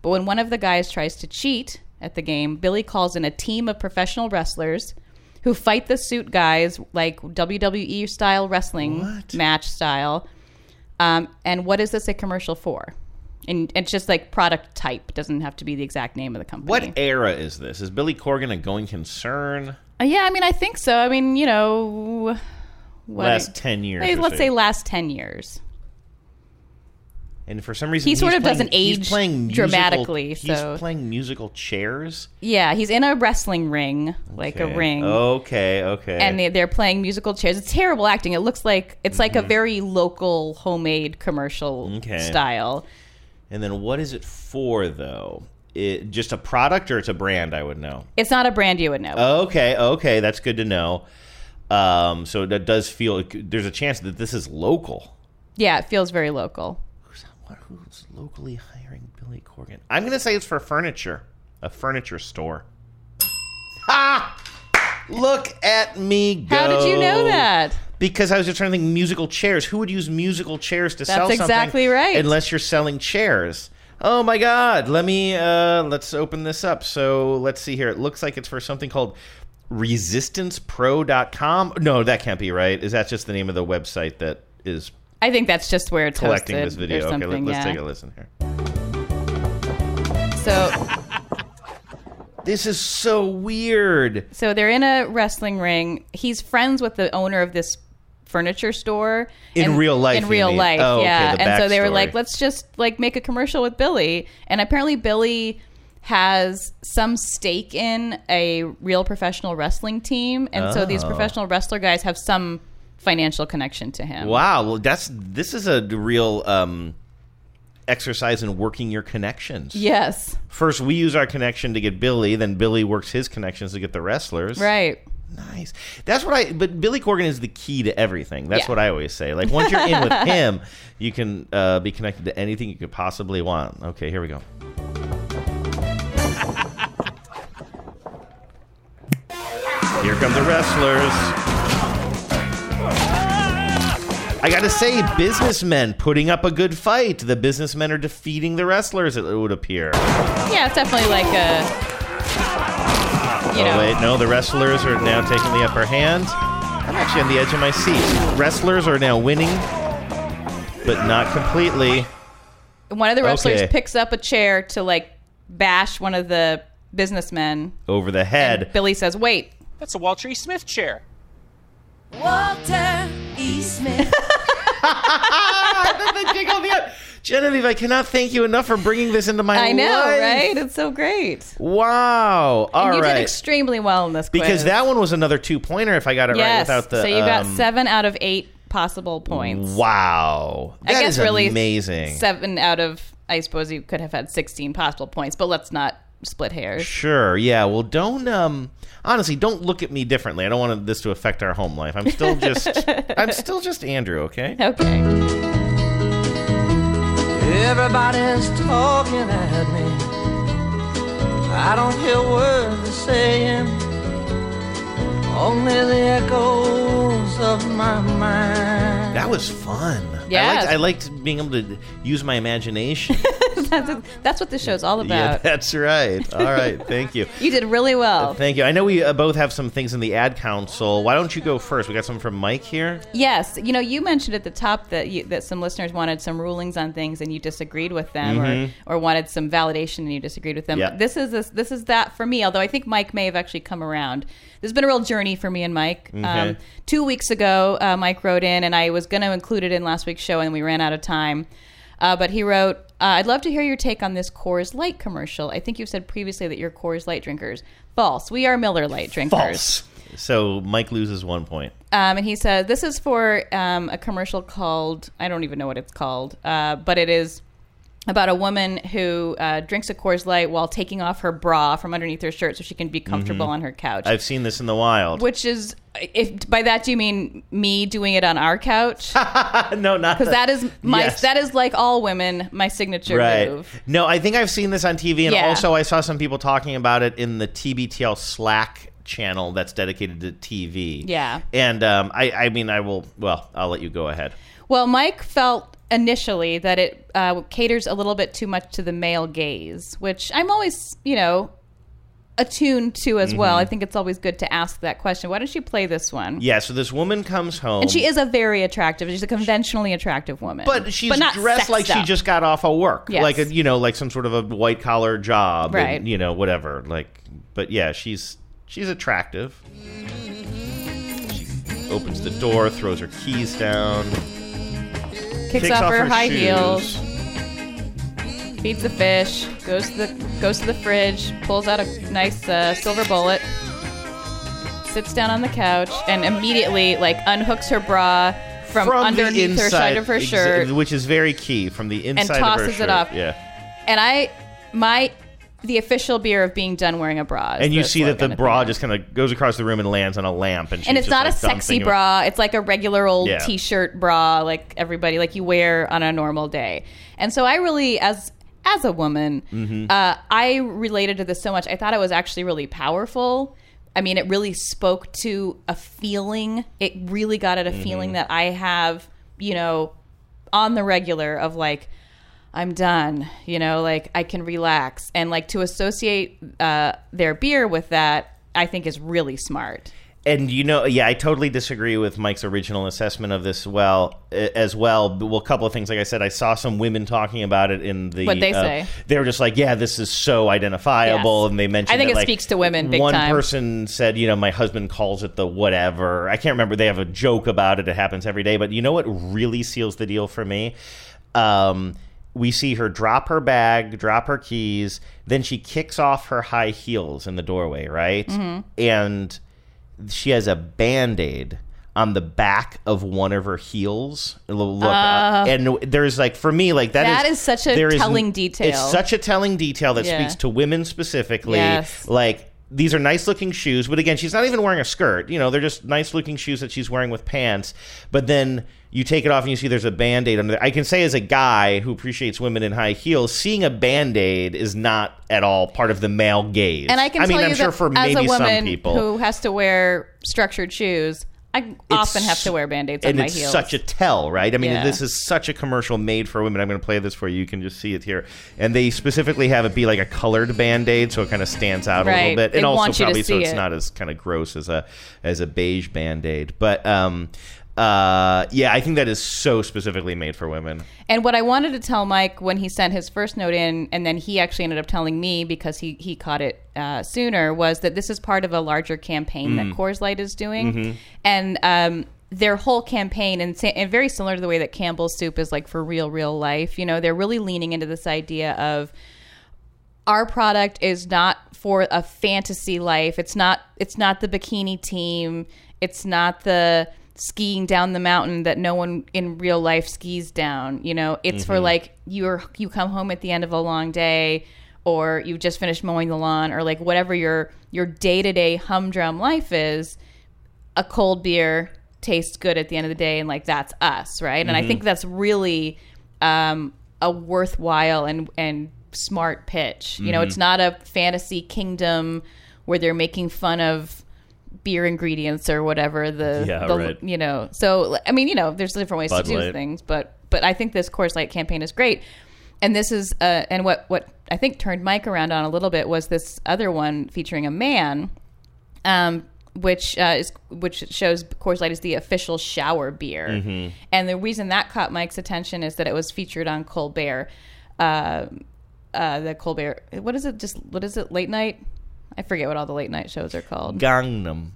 Speaker 7: But when one of the guys tries to cheat at the game, Billy calls in a team of professional wrestlers who fight the suit guys like WWE style wrestling match style. Um, and what is this a commercial for? And it's just like product type doesn't have to be the exact name of the company.
Speaker 5: What era is this? Is Billy Corgan a going concern?
Speaker 7: Uh, yeah, I mean, I think so. I mean, you know, what-
Speaker 5: Last 10 years
Speaker 7: Maybe
Speaker 5: or
Speaker 7: let's
Speaker 5: so.
Speaker 7: say last ten years.
Speaker 5: And for some reason,
Speaker 7: He
Speaker 5: he's
Speaker 7: sort of
Speaker 5: playing-
Speaker 7: doesn't
Speaker 5: he's
Speaker 7: age
Speaker 5: playing musical-
Speaker 7: dramatically, so-
Speaker 5: he's playing musical chairs,
Speaker 7: Yeah, he's in a wrestling ring, like
Speaker 5: Okay.
Speaker 7: a ring.
Speaker 5: Okay, okay.
Speaker 7: And they- they're playing musical chairs. It's terrible acting. It looks like it's like a very local homemade commercial
Speaker 5: Mm-hmm. Okay.
Speaker 7: style.
Speaker 5: and then what is it for though? It just a product or it's a brand? I would know.
Speaker 7: It's not a brand you would know.
Speaker 5: Okay, okay, that's good to know. Um, so that does feel there's a chance that this is local.
Speaker 7: yeah, it feels very local.
Speaker 5: Who's locally hiring Billy Corgan? I'm gonna say it's for furniture, a furniture store. Ah, look at me go!
Speaker 7: How did you know that?
Speaker 5: Because I was just trying to think musical chairs. Who would use musical chairs to
Speaker 7: That's
Speaker 5: sell something?
Speaker 7: exactly right.
Speaker 5: Unless you're selling chairs. Oh my God! Let me uh, let's open this up. So let's see here. It looks like it's for something called resistancepro.com. No, that can't be right. Is that just the name of the website that is
Speaker 7: I think that's just where it's
Speaker 5: collecting
Speaker 7: hosted
Speaker 5: this
Speaker 7: Or
Speaker 5: video? Okay,
Speaker 7: something,
Speaker 5: let, let's
Speaker 7: yeah.
Speaker 5: take a listen here.
Speaker 7: So
Speaker 5: This is so weird.
Speaker 7: So they're in a wrestling ring. He's friends with the owner of this furniture store
Speaker 5: In
Speaker 7: And-
Speaker 5: real life,
Speaker 7: In
Speaker 5: you
Speaker 7: real
Speaker 5: mean.
Speaker 7: life,
Speaker 5: Oh, okay,
Speaker 7: yeah.
Speaker 5: the
Speaker 7: and so they were
Speaker 5: backstory.
Speaker 7: like, let's just like make a commercial with Billy. And apparently Billy has some stake in a real professional wrestling team, and so these
Speaker 5: Oh.
Speaker 7: professional wrestler guys have some financial connection to him.
Speaker 5: Wow, well, that's this is a real um, exercise in working your connections.
Speaker 7: Yes.
Speaker 5: First, we use our connection to get Billy. Then Billy works his connections to get the wrestlers.
Speaker 7: Right.
Speaker 5: Nice. That's what I. But Billy Corgan is the key to everything. That's
Speaker 7: Yeah.
Speaker 5: what I always say. Like once you're in with him, you can uh, be connected to anything you could possibly want. Okay, here we go. Here come the wrestlers. I gotta say, businessmen putting up a good fight. The businessmen are defeating the wrestlers. It would appear.
Speaker 7: Yeah, it's definitely like a You
Speaker 5: oh
Speaker 7: know.
Speaker 5: wait, no, the wrestlers are now taking the upper hand. I'm actually on the edge of my seat. Wrestlers are now winning, but not completely.
Speaker 7: one of the wrestlers
Speaker 5: Okay.
Speaker 7: picks up a chair to like bash one of the businessmen.
Speaker 5: Over the head.
Speaker 7: Billy says, "Wait,
Speaker 14: That's a Walter E. Smith chair.
Speaker 10: Walter E. Smith.
Speaker 5: Genevieve, I cannot thank you enough for bringing this into my
Speaker 7: I know,
Speaker 5: life.
Speaker 7: right? It's so great.
Speaker 5: Wow. All
Speaker 7: and
Speaker 5: right.
Speaker 7: you did extremely well in this quiz.
Speaker 5: because that one was another two pointer if I got it right
Speaker 7: yes.
Speaker 5: without the
Speaker 7: so you got
Speaker 5: um,
Speaker 7: seven out of eight possible points.
Speaker 5: Wow.
Speaker 7: I
Speaker 5: That
Speaker 7: guess
Speaker 5: is
Speaker 7: really
Speaker 5: amazing.
Speaker 7: Seven out of I suppose you could have had sixteen possible points, but let's not split hairs.
Speaker 5: Sure. Yeah. Well, don't. Um. Honestly, don't look at me differently. I don't want this to affect our home life. I'm still just. I'm still just Andrew. Okay.
Speaker 7: Okay.
Speaker 15: Everybody's talking at me. I don't hear a word they're saying. Only the echoes of my mind.
Speaker 5: That was fun. I
Speaker 7: Yes.
Speaker 5: liked, I liked being able to use my imagination.
Speaker 7: that's, that's what this show's all
Speaker 5: yeah,
Speaker 7: about.
Speaker 5: that's right. All right. Thank you.
Speaker 7: you did really well.
Speaker 5: Thank you. I know we uh, both have some things in the ad council. Why don't you go first? We got some from Mike here.
Speaker 7: Yes, you know, you mentioned at the top that you, that some listeners wanted some rulings on things, and you disagreed with them,
Speaker 5: Mhm.
Speaker 7: or, or wanted some validation, and you disagreed with them.
Speaker 5: Yeah.
Speaker 7: This is this this is that for me. Although I think Mike may have actually come around. This has been a real journey for me and Mike. Um,
Speaker 5: Okay.
Speaker 7: two weeks ago, uh, Mike wrote in, and I was going to include it in last week's show, and we ran out of time. Uh, but he wrote, uh, I'd love to hear your take on this Coors Light commercial. I think you've said previously that you're Coors Light drinkers. False. We are Miller Light drinkers.
Speaker 5: False. So Mike loses one point.
Speaker 7: Um, and he says, This is for um, a commercial called, I don't even know what it's called, uh, but it is about a woman who uh, drinks a Coors Light while taking off her bra from underneath her shirt so she can be comfortable
Speaker 5: Mhm.
Speaker 7: on her couch.
Speaker 5: I've seen this in the wild.
Speaker 7: which is, if by that do you mean me doing it on our couch?
Speaker 5: no, not
Speaker 7: because that is my
Speaker 5: Yes.
Speaker 7: that is like all women my signature
Speaker 5: right.
Speaker 7: move.
Speaker 5: No, I think I've seen this on TV, and
Speaker 7: Yeah.
Speaker 5: also I saw some people talking about it in the TBTL Slack channel that's dedicated to TV.
Speaker 7: Yeah.
Speaker 5: And um, I, I mean, I will. Well, I'll let you go ahead.
Speaker 7: Well, Mike felt initially that it uh, caters a little bit too much to the male gaze, which I'm always, you know, attuned to as well.
Speaker 5: Mhm.
Speaker 7: I think it's always good to ask that question. Why don't you play this one?
Speaker 5: Yeah. So this woman comes home,
Speaker 7: And she is a very attractive. She's a conventionally attractive woman,
Speaker 5: But she's
Speaker 7: not
Speaker 5: dressed
Speaker 7: sexed
Speaker 5: like she
Speaker 7: up.
Speaker 5: just got off of work,
Speaker 7: Yes.
Speaker 5: like a, you know, like some sort of a white collar job, and,
Speaker 7: Right.
Speaker 5: you know, whatever. Like, but yeah, she's she's attractive. She opens the door, throws her keys down,
Speaker 7: kicks, off, her, high heels, feeds the fish, goes to the goes to the fridge, pulls out a nice uh, silver bullet, sits down on the couch, and immediately like unhooks her bra from,
Speaker 5: the
Speaker 7: underneath her side of her
Speaker 5: exa-
Speaker 7: shirt,
Speaker 5: which is very key, from the inside of her
Speaker 7: tosses it
Speaker 5: shirt.
Speaker 7: up.
Speaker 5: Yeah,
Speaker 7: and I my the official beer of being done wearing a bra. is
Speaker 5: and you
Speaker 7: the
Speaker 5: see that
Speaker 7: slogan.
Speaker 5: the bra just kind of goes across the room and lands on a lamp, and, she's
Speaker 7: and it's
Speaker 5: just,
Speaker 7: not
Speaker 5: like,
Speaker 7: a sexy
Speaker 5: dumping it.
Speaker 7: bra. It's like a regular old
Speaker 5: Yeah.
Speaker 7: t-shirt bra, like everybody like you wear on a normal day. And so I really, as as a woman,
Speaker 5: Mm-hmm.
Speaker 16: Mhm.
Speaker 7: uh, I related to this so much. I thought it was actually really powerful. I mean, it really spoke to a feeling. It really got at a
Speaker 5: Mm-hmm.
Speaker 7: feeling
Speaker 16: Mhm.
Speaker 7: that I have, you know, on the regular of like I'm done, you know, like I can relax and like to associate uh, their beer with that. I think is really smart.
Speaker 5: And you know, yeah, I totally disagree with Mike's original assessment of this. Well, eh, as well, well, a couple of things. Like I said, I saw some women talking about it in the.
Speaker 7: What'd they
Speaker 5: uh,
Speaker 7: say?
Speaker 5: They were just like, "Yeah, this is so identifiable,"
Speaker 7: Yes.
Speaker 5: and they mentioned.
Speaker 7: I think
Speaker 5: that,
Speaker 7: it
Speaker 5: like,
Speaker 7: speaks to women big
Speaker 5: one
Speaker 7: time.
Speaker 5: person said, "You know, my husband calls it the whatever." I can't remember. They have a joke about it. It happens every day. But you know what really seals the deal for me? Um, we see her drop her bag, drop her keys, then she kicks off her high heels in the doorway, right?
Speaker 7: Mm-hmm.
Speaker 17: Mhm.
Speaker 5: And she has a band aid on the back of one of her heels. It'll Look, uh,
Speaker 7: Ah.
Speaker 5: and there's like for me, like
Speaker 7: That
Speaker 5: that
Speaker 7: is such a
Speaker 5: there
Speaker 7: telling detail.
Speaker 5: It's such a telling detail that
Speaker 7: Yeah.
Speaker 5: speaks to women specifically.
Speaker 7: Yes.
Speaker 5: Like these are nice looking shoes, but again, she's not even wearing a skirt. You know, they're just nice looking shoes that she's wearing with pants. But then you take it off and you see there's a band aid under there. I can say, as a guy who appreciates women in high heels, seeing a band aid is not at all part of the male gaze.
Speaker 7: And I can
Speaker 5: I mean,
Speaker 7: tell
Speaker 5: I'm
Speaker 7: you
Speaker 5: sure
Speaker 7: that
Speaker 5: for
Speaker 7: as
Speaker 5: maybe
Speaker 7: a woman
Speaker 5: some people.
Speaker 7: who has to wear structured shoes, I often have to wear band-aids on
Speaker 5: and
Speaker 7: my
Speaker 5: it's
Speaker 7: heels.
Speaker 5: such a tell, right? I mean,
Speaker 7: Yeah.
Speaker 5: this is such a commercial made for women. I'm going to play this for you. You can just see it here. And they specifically have it be like a colored band aid, so it kind of stands out a
Speaker 7: Right.
Speaker 5: little bit,
Speaker 7: They
Speaker 5: and also
Speaker 7: want you to
Speaker 5: probably so
Speaker 7: see
Speaker 5: it's
Speaker 7: it.
Speaker 5: not as kind of gross as a as a beige band aid. But um, uh, yeah, I think that is so specifically made for women.
Speaker 7: and what I wanted to tell Mike when he sent his first note in, and then he actually ended up telling me because he he caught it uh, sooner, was that this is part of a larger campaign
Speaker 16: Mm.
Speaker 7: that Coors Light is doing,
Speaker 5: Mm-hmm.
Speaker 16: Mhm.
Speaker 7: and um, their whole campaign and, sa- and very similar to the way that Campbell's Soup is like for real, real life. You know, they're really leaning into this idea of our product is not for a fantasy life. It's not it's not the bikini team. It's not the skiing down the mountain that no one in real life skis down, you know. It's for
Speaker 16: Mhm.
Speaker 7: like you're you come home at the end of a long day or you've just finished mowing the lawn or like whatever your your day-to-day humdrum life is, a cold beer tastes good at the end of the day and like that's us, right? And I
Speaker 16: Mhm.
Speaker 7: think that's really um, a worthwhile and and smart pitch. You know,
Speaker 16: Mhm.
Speaker 7: it's not a fantasy kingdom where they're making fun of beer ingredients or whatever the,
Speaker 16: Yeah,
Speaker 7: the-
Speaker 16: right.
Speaker 7: you know. So I mean, you know, there's different ways
Speaker 16: Bud
Speaker 7: to do
Speaker 16: Light.
Speaker 7: things, but but I think this Coors Light campaign is great. And this is uh, and what what I think turned Mike around on a little bit was this other one featuring a man um, which uh, is which shows Coors Light is the official shower beer.
Speaker 16: Mhm.
Speaker 7: And the reason that caught Mike's attention is that it was featured on Colbert, uh, uh, the Colbert. What is it? Just what is it? Late night? I forget what all the late night shows are called.
Speaker 5: Gangnam.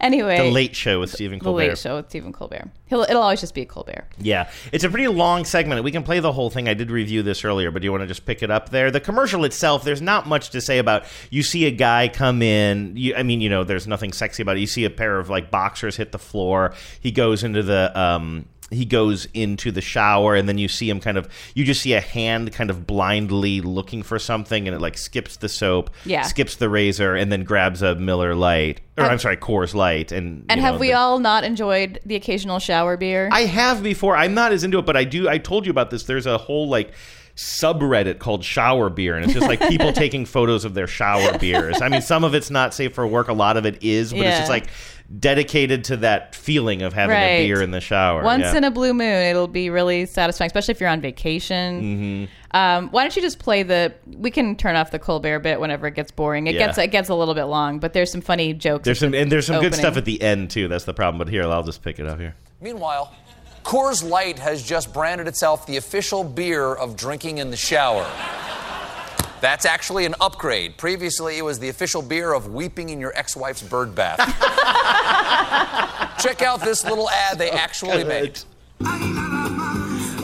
Speaker 7: Anyway,
Speaker 5: The Late Show with Stephen Colbert.
Speaker 7: The Late Show with Stephen Colbert. He'll, it'll always just be Colbert.
Speaker 5: Yeah, it's a pretty long segment. We can play the whole thing. I did review this earlier, but do you want to just pick it up there? The commercial itself, there's not much to say about. You see a guy come in. You, I mean, you know, there's nothing sexy about it. You see a pair of like boxers hit the floor. He goes into the. Um, he goes into the shower and then you see him kind of you just see a hand kind of blindly looking for something and it like skips the soap
Speaker 7: Yeah.
Speaker 5: skips the razor and then grabs a miller light or
Speaker 7: And-
Speaker 5: i'm sorry coors light and
Speaker 7: And
Speaker 5: you
Speaker 7: have
Speaker 5: know,
Speaker 7: we
Speaker 5: the-
Speaker 7: all not enjoyed the occasional shower beer?
Speaker 5: I have before. I'm not as into it, but I do. I told you about this. There's a whole like subreddit called shower beer and it's just like people taking photos of their shower beers i mean some of it's not safe for work a lot of it is but it's
Speaker 7: Yeah.
Speaker 5: just like dedicated to that feeling of having
Speaker 7: Right.
Speaker 5: a beer in the shower
Speaker 7: Once in a blue moon, it'll be really satisfying, especially if you're on vacation.
Speaker 5: mm-hmm.
Speaker 7: Um, why don't you just play the? We can turn off the Colbert bit whenever it gets boring. It
Speaker 5: Yeah.
Speaker 7: gets it gets a little bit long, but there's some funny jokes.
Speaker 5: there's some and there's some good
Speaker 7: Opening.
Speaker 5: stuff at the end too that's the problem but here i'll just pick it up here
Speaker 16: Meanwhile, Coors Light has just branded itself the official beer of drinking in the shower. That's actually an upgrade. Previously, it was the official beer of weeping in your ex wife's bird bath. Check out this little ad they actually made.
Speaker 5: Uh,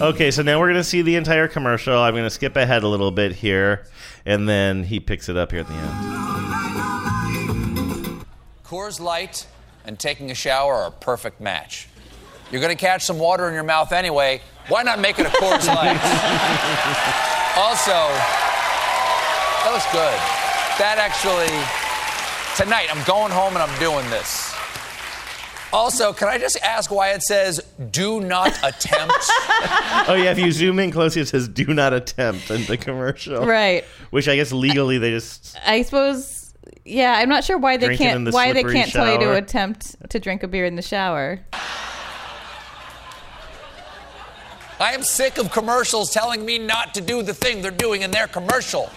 Speaker 5: okay so now we're gonna see the entire commercial i'm gonna skip ahead a little bit here and then he picks it up here at the end
Speaker 16: Coors Light and taking a shower are a perfect match. You're going to catch some water in your mouth anyway. Why not make it a Coors Light? also, that looks good. That actually, tonight I'm going home and I'm doing this. Also, can I just ask why it says do not attempt?
Speaker 5: oh yeah if you zoom in closely it says do not attempt in the commercial
Speaker 7: Right.
Speaker 5: which i guess legally they just
Speaker 7: I suppose. Yeah, I'm not sure why they
Speaker 5: Drinking
Speaker 7: can't
Speaker 5: in the
Speaker 7: why they
Speaker 5: slippery
Speaker 7: can't tell you to
Speaker 5: shower.
Speaker 7: attempt to drink a beer in the shower.
Speaker 16: I am sick of commercials telling me not to do the thing they're doing in their commercial.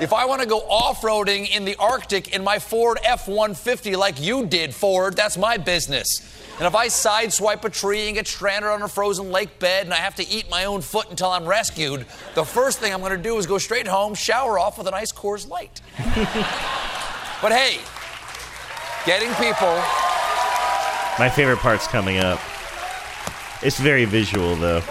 Speaker 16: If I want to go off roading in the Arctic in my Ford F 150 like you did, Ford, that's my business. And if I sideswipe a tree and get stranded on a frozen lake bed and I have to eat my own foot until I'm rescued, the first thing I'm going to do is go straight home, shower off with an ice Coors Light. but hey, getting people.
Speaker 5: My favorite part's coming up. It's very visual, though.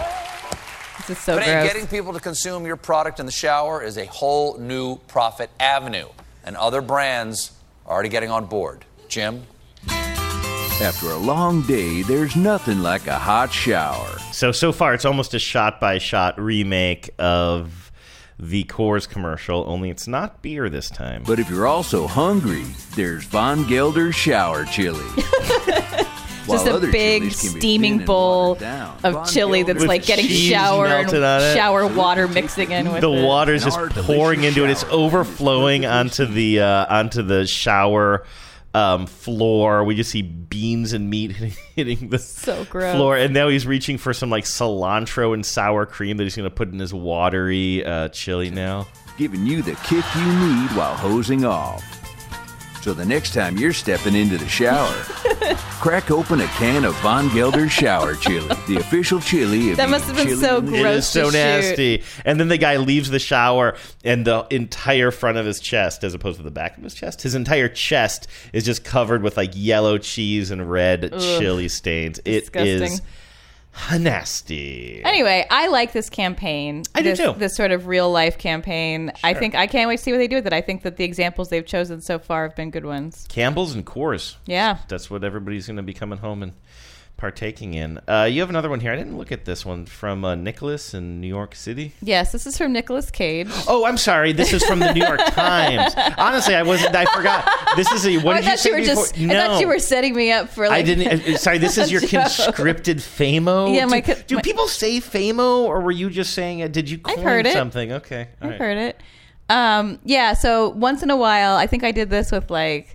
Speaker 7: This is so
Speaker 16: but hey,
Speaker 7: gross.
Speaker 16: getting people to consume your product in the shower is a whole new profit avenue, and other brands are already getting on board. Jim,
Speaker 17: After a long day, there's nothing like a hot shower.
Speaker 5: So so far, it's almost a shot-by-shot remake of the Coors commercial. Only it's not beer this time.
Speaker 17: But if you're also hungry, there's Von Gelder's shower chili. While
Speaker 7: Just a
Speaker 17: other
Speaker 7: big
Speaker 17: chilies can be
Speaker 7: steaming bowl
Speaker 17: Von
Speaker 7: of chili
Speaker 17: Gilder-
Speaker 7: that's
Speaker 17: With
Speaker 7: like getting
Speaker 17: cheese
Speaker 7: shower
Speaker 5: melted on it.
Speaker 7: and shower water mixing in with
Speaker 5: the
Speaker 7: it.
Speaker 5: water's just pouring into it. It's overflowing onto the uh, onto the shower um, floor. We just see beans and meat hitting the
Speaker 7: So gross.
Speaker 5: floor, and now he's reaching for some like cilantro and sour cream that he's going to put in his watery uh, chili now.
Speaker 17: Giving you the kick you need while hosing off. So the next time you're stepping into the shower, crack open a can of Von Gelder's shower chili, the official chili of
Speaker 7: That
Speaker 17: the
Speaker 7: must have been
Speaker 17: chili
Speaker 7: so
Speaker 17: in the
Speaker 5: It is so nasty. And then the guy leaves the shower, and the entire front of his chest, as opposed to the back of his chest, his entire chest is just covered with like yellow cheese and red
Speaker 7: Ugh.
Speaker 5: chili stains. It is
Speaker 7: Disgusting.
Speaker 5: nasty.
Speaker 7: Anyway, I like this campaign.
Speaker 5: I do
Speaker 7: this,
Speaker 5: too.
Speaker 7: This sort of real life campaign. I
Speaker 5: Sure.
Speaker 7: think I can't wait to see what they do with it. I think that the examples they've chosen so far have been good ones.
Speaker 5: Campbell's and Coors.
Speaker 7: Yeah.
Speaker 5: That's what everybody's going to be coming home and partaking in. Uh, you have another one here. I didn't look at this one from uh, Nicholas in New York City.
Speaker 7: Yes, this is from Nicolas Cage.
Speaker 5: Oh, I'm sorry. This is from the New York Times. Honestly, I wasn't. I forgot. This is a. What
Speaker 7: Oh, I
Speaker 5: did you
Speaker 7: thought
Speaker 5: say
Speaker 7: you, were
Speaker 5: before?
Speaker 7: just. I thought you were setting me up for. Like,
Speaker 5: I didn't. uh, Sorry, this is your
Speaker 7: joke.
Speaker 5: conscripted famo.
Speaker 7: Yeah, my
Speaker 5: Do,
Speaker 7: co-
Speaker 5: do people say famo, or were you just saying it? Did you coin
Speaker 7: heard it.
Speaker 5: something? Okay, all right.
Speaker 7: I've heard it. Um, yeah, so once in a while, I think I did this with like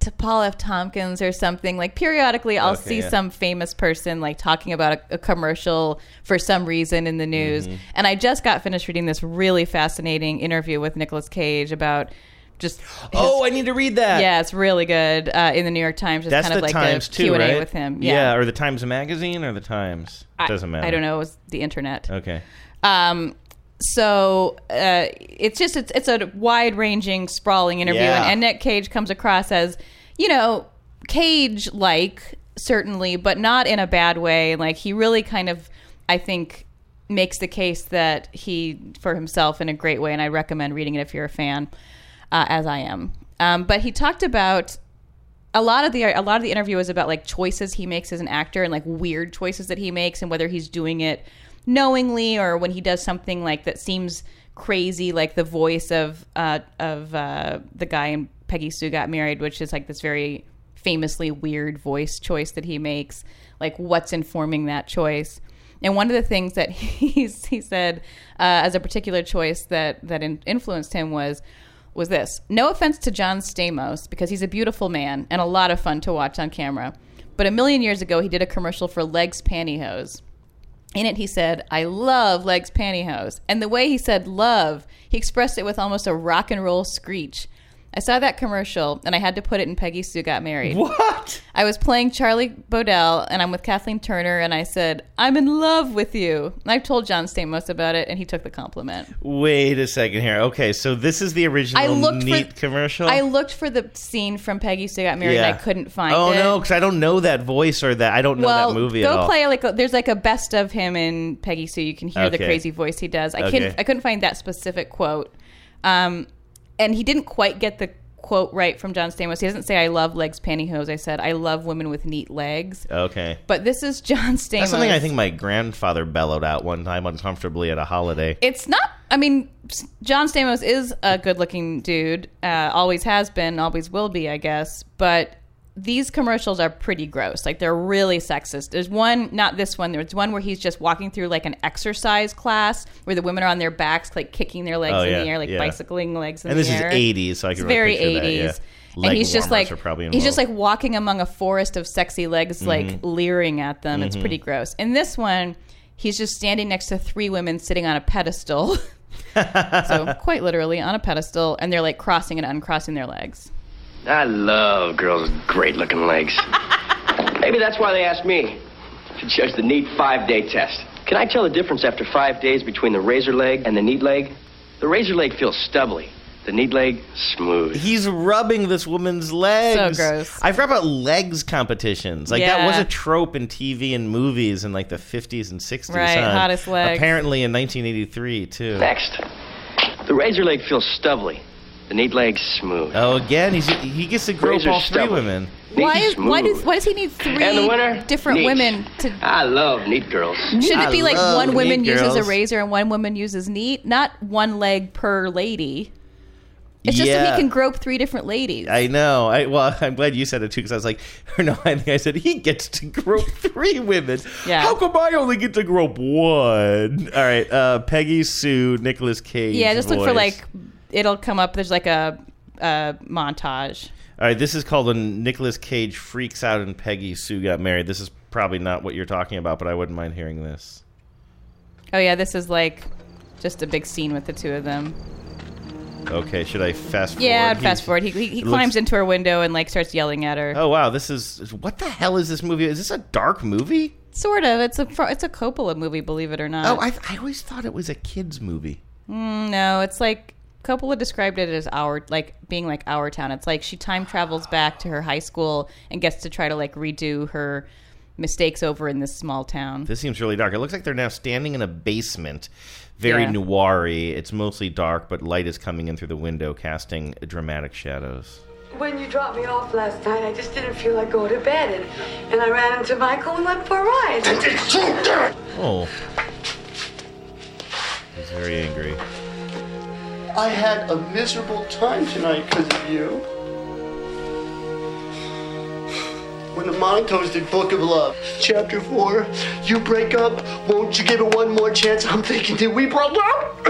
Speaker 7: to Paul F. Tompkins or something. Like periodically, I'll
Speaker 18: Okay,
Speaker 7: see
Speaker 18: yeah.
Speaker 7: some famous person like talking about a, a commercial for some reason in the news.
Speaker 5: Mm-hmm.
Speaker 18: Mhm.
Speaker 7: And I just got finished reading this really fascinating interview with Nicolas Cage about just.
Speaker 5: oh, I need to read that.
Speaker 7: Yeah, it's really good uh, in the New York Times. Just
Speaker 5: That's
Speaker 7: kind
Speaker 5: the
Speaker 7: of like
Speaker 5: Times
Speaker 7: a
Speaker 5: too,
Speaker 7: Q and A
Speaker 5: right?
Speaker 7: with him.
Speaker 5: or the Times Magazine or the Times.
Speaker 7: I-
Speaker 5: Doesn't matter.
Speaker 7: I don't know. It was the internet.
Speaker 5: Okay.
Speaker 7: Um, so uh, it's just it's, it's a wide ranging, sprawling interview,
Speaker 5: Yeah.
Speaker 7: and, and Nick Cage comes across as you know, Cage like, certainly, but not in a bad way. Like, he really kind of, I think, makes the case that he for himself in a great way, and I recommend reading it if you're a fan, uh, as I am. Um, but he talked about a lot of the a lot of the interview was about like choices he makes as an actor and like weird choices that he makes and whether he's doing it knowingly or when he does something like that seems crazy, like the voice of uh, of uh, the guy in Peggy Sue Got Married, which is like this very famously weird voice choice that he makes. Like what's informing that choice? And one of the things that he's, he said uh, as a particular choice that that in, influenced him was was this. No offense to John Stamos because he's a beautiful man and a lot of fun to watch on camera. But a million years ago, he did a commercial for Legs pantyhose. In it, he said, "I love Legs pantyhose," and the way he said "love," he expressed it with almost a rock and roll screech. I saw that commercial and I had to put it in Peggy Sue Got Married.
Speaker 5: What?
Speaker 7: I was playing Charlie Bodell and I'm with Kathleen Turner and I said, I'm in love with you. And I told John Stamos about it and he took the compliment.
Speaker 5: Wait a second here. Okay, so this is the original
Speaker 7: I looked
Speaker 5: neat
Speaker 7: for,
Speaker 5: commercial.
Speaker 7: I looked for the scene from Peggy Sue Got Married and I couldn't find
Speaker 5: oh,
Speaker 7: it.
Speaker 5: no, because I don't know that voice or that. I don't
Speaker 7: well,
Speaker 5: know that movie
Speaker 7: go
Speaker 5: at all.
Speaker 7: play like a, there's like a best of him in Peggy Sue. You can hear the
Speaker 5: Okay.
Speaker 7: crazy voice he does. I
Speaker 5: Okay.
Speaker 7: couldn't I couldn't find that specific quote, um, and he didn't quite get the quote right from John Stamos. He doesn't say "I love legs pantyhose." I said "I love women with neat legs,"
Speaker 5: Okay.
Speaker 7: but this is John Stamos.
Speaker 5: That's something I think my grandfather bellowed out one time uncomfortably at a holiday.
Speaker 7: It's not. I mean, S- John Stamos is a good-looking dude. Uh, always has been. Always will be, I guess. But these commercials are pretty gross. Like they're really sexist. There's one, not this one. There's one where he's just walking through like an exercise class where the women are on their backs, like kicking their legs
Speaker 5: Oh,
Speaker 7: in
Speaker 5: yeah,
Speaker 7: the air, like
Speaker 5: yeah.
Speaker 7: bicycling legs in
Speaker 5: And
Speaker 7: the
Speaker 5: this is
Speaker 7: air.
Speaker 5: 80s, so I can
Speaker 7: It's
Speaker 5: really
Speaker 7: very
Speaker 5: picture that,
Speaker 7: 80s.
Speaker 5: yeah.
Speaker 7: And
Speaker 5: Leg
Speaker 7: he's just
Speaker 5: warmers
Speaker 7: like
Speaker 5: are probably
Speaker 7: he's just like
Speaker 5: involved.
Speaker 7: walking among a forest of sexy legs,
Speaker 5: Mhm.
Speaker 7: like leering at them. It's
Speaker 5: Mhm.
Speaker 7: pretty gross. In this one, he's just standing next to three women sitting on a pedestal. so quite literally on a pedestal, and they're like crossing and uncrossing their legs.
Speaker 18: I love girls with great looking legs. Maybe that's why they asked me to judge the neat five day test. Can I tell the difference after five days between the razor leg and the neat leg? The razor leg feels stubbly, the neat leg, smooth.
Speaker 5: He's rubbing this woman's legs.
Speaker 18: gross.
Speaker 5: I forgot about legs competitions. Like that
Speaker 18: Yeah.
Speaker 5: was a trope in TV and movies in like the 50s and 60s.
Speaker 7: Right,
Speaker 5: huh?
Speaker 7: hottest legs.
Speaker 5: Apparently in 1983 too.
Speaker 18: Next. The razor leg feels stubbly, the neat leg, smooth.
Speaker 5: Oh, again, he's, he gets to grope
Speaker 18: Razor
Speaker 5: all three
Speaker 18: stubble.
Speaker 5: women.
Speaker 7: Why is why
Speaker 18: smooth.
Speaker 7: does why does he need three
Speaker 18: And the winner?
Speaker 7: different
Speaker 18: Neat.
Speaker 7: women to?
Speaker 18: I love neat girls.
Speaker 7: Should it be like one woman uses a
Speaker 18: razor?
Speaker 7: razor and one woman uses neat, not one leg per lady? It's just so
Speaker 5: Yeah.
Speaker 7: he can grope three different ladies.
Speaker 5: I know. I well, I'm glad you said it too because I was like, or no, I think I said he gets to grope three women.
Speaker 7: Yeah.
Speaker 5: How come I only get to grope one? All right, uh, Peggy Sue, Nicholas Cage.
Speaker 7: yeah, just look for
Speaker 5: voice.
Speaker 7: like it'll come up. There's like a, a montage.
Speaker 5: All right, this is called when Nicolas Cage freaks out and Peggy Sue got married. This is probably not what you're talking about, but I wouldn't mind hearing this.
Speaker 7: Oh yeah, this is like just a big scene with the two of them.
Speaker 5: Okay, should I fast forward?
Speaker 7: Yeah, I'd
Speaker 5: He-
Speaker 7: fast forward. He, he, he
Speaker 5: it
Speaker 7: climbs
Speaker 5: looks-
Speaker 7: into her window and like starts yelling at her.
Speaker 5: Oh wow, this is what the hell is this movie? Is this a dark movie?
Speaker 7: Sort of. It's a pro- it's a Coppola movie, believe it or not.
Speaker 5: oh, I, I always thought it was a kids movie.
Speaker 7: Mm, no, it's like Coppola described it as our like being like our town. It's like she time travels back to her high school and gets to try to like redo her mistakes over in this small town.
Speaker 5: This seems really dark. It looks like they're now standing in a basement. Very
Speaker 7: Yeah.
Speaker 5: noir y. It's mostly dark, but light is coming in through the window, casting dramatic shadows.
Speaker 19: When you dropped me off last night, I just didn't feel like going to bed, and, and I ran into Michael and went for a ride.
Speaker 5: Oh. He's very angry.
Speaker 20: I had a miserable time tonight because of you. When the Montos did Book of Love, Chapter 4, you break up, won't you give it one more chance? I'm thinking, did we break up?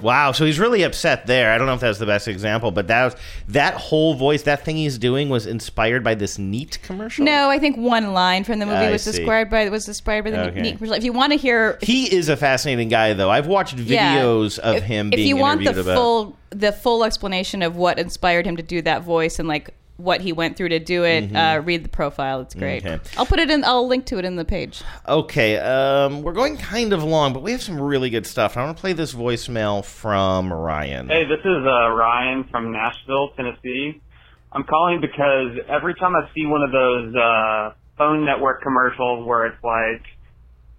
Speaker 5: Wow, so he's really upset there. I don't know if that was the best example, but that was, that whole voice, that thing he's doing was inspired by this neat commercial.
Speaker 7: No, I think one line from the movie
Speaker 5: I
Speaker 7: was
Speaker 5: see.
Speaker 7: described by was inspired by the
Speaker 5: Okay.
Speaker 7: neat commercial. If you want to hear
Speaker 5: He is a fascinating guy though. I've watched
Speaker 7: Yeah.
Speaker 5: videos of
Speaker 7: if,
Speaker 5: him
Speaker 7: if
Speaker 5: being
Speaker 7: you want the
Speaker 5: interviewed about
Speaker 7: full the full explanation of what inspired him to do that voice and like what he went through to do it,
Speaker 5: Mhm.
Speaker 7: uh, read the profile. It's great.
Speaker 5: Okay.
Speaker 7: I'll put it in. I'll link to it in the page.
Speaker 5: Okay, um, we're going kind of long, but we have some really good stuff. I want to play this voicemail from Ryan.
Speaker 21: Hey, this is uh, Ryan from Nashville, Tennessee. I'm calling because every time I see one of those uh, phone network commercials where it's like,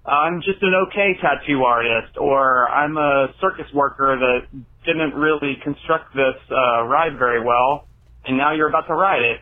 Speaker 21: I'm just an okay tattoo artist, or I'm a circus worker that didn't really construct this uh, ride very well, and now you're about to ride it.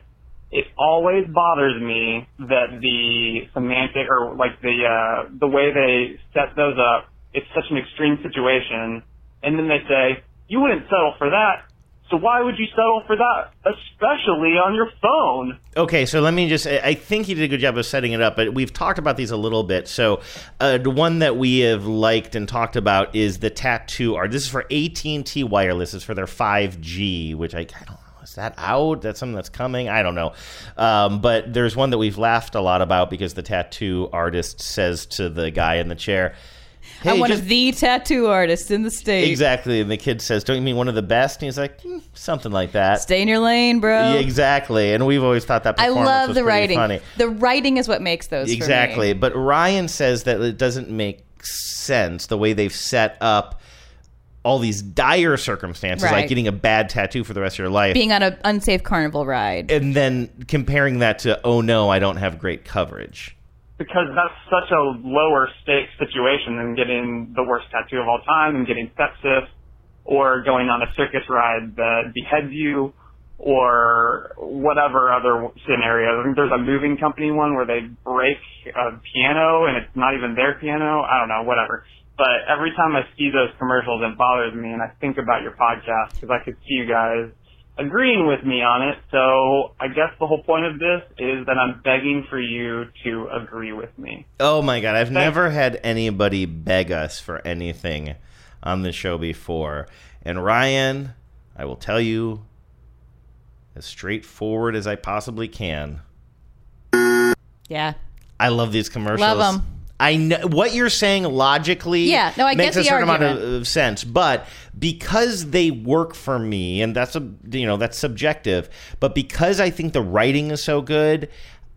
Speaker 21: It always bothers me that the semantic or like the uh, the way they set those up. It's such an extreme situation, and then they say you wouldn't settle for that. So why would you settle for that, especially on your phone?
Speaker 5: Okay, so let me just. I I think you did a good job of setting it up, but we've talked about these a little bit. So, uh, the one that we have liked and talked about is the tattoo art. This is for AT and T Wireless. It's for their five G, which I, I don't know. Is that out? That's something that's coming. I don't know. Um, but there's one that we've laughed a lot about because the tattoo artist says to the guy in the chair, "Hey,
Speaker 7: I'm one
Speaker 5: just
Speaker 7: of the tattoo artists in the state.
Speaker 5: Exactly. And the kid says, Don't you mean one of the best? And he's like, "Hmm, Something like that.
Speaker 7: Stay in your lane, bro.
Speaker 5: Yeah, exactly. And we've always thought that
Speaker 7: I
Speaker 5: performance
Speaker 7: love
Speaker 5: was
Speaker 7: the
Speaker 5: pretty
Speaker 7: writing.
Speaker 5: funny.
Speaker 7: The writing is what makes those for me.
Speaker 5: Exactly. But Ryan says that it doesn't make sense the way they've set up all these dire circumstances, like
Speaker 7: Right.
Speaker 5: getting a bad tattoo for the rest of your life.
Speaker 7: Being on an unsafe carnival ride.
Speaker 5: and then comparing that to, oh no, I don't have great coverage.
Speaker 21: because that's such a lower stakes situation than getting the worst tattoo of all time and getting sepsis or going on a circus ride that beheads you or whatever other scenario. I think there's a moving company one where they break a piano and it's not even their piano. I don't know, whatever. But every time I see those commercials, it bothers me and I think about your podcast because I could see you guys agreeing with me on it. So I guess the whole point of this is that I'm begging for you to agree with me.
Speaker 5: Oh my god, I've never had anybody beg us for anything on the show before. And Ryan, I will tell you as straightforward as I possibly can.
Speaker 7: Yeah.
Speaker 5: I love these commercials.
Speaker 7: Love 'em.
Speaker 5: I know what you're saying logically.
Speaker 7: Yeah, no, I
Speaker 5: makes
Speaker 7: get
Speaker 5: a
Speaker 7: the
Speaker 5: certain amount of
Speaker 7: argument.
Speaker 5: uh, sense, but because they work for me, and that's a you know that's subjective, but because I think the writing is so good,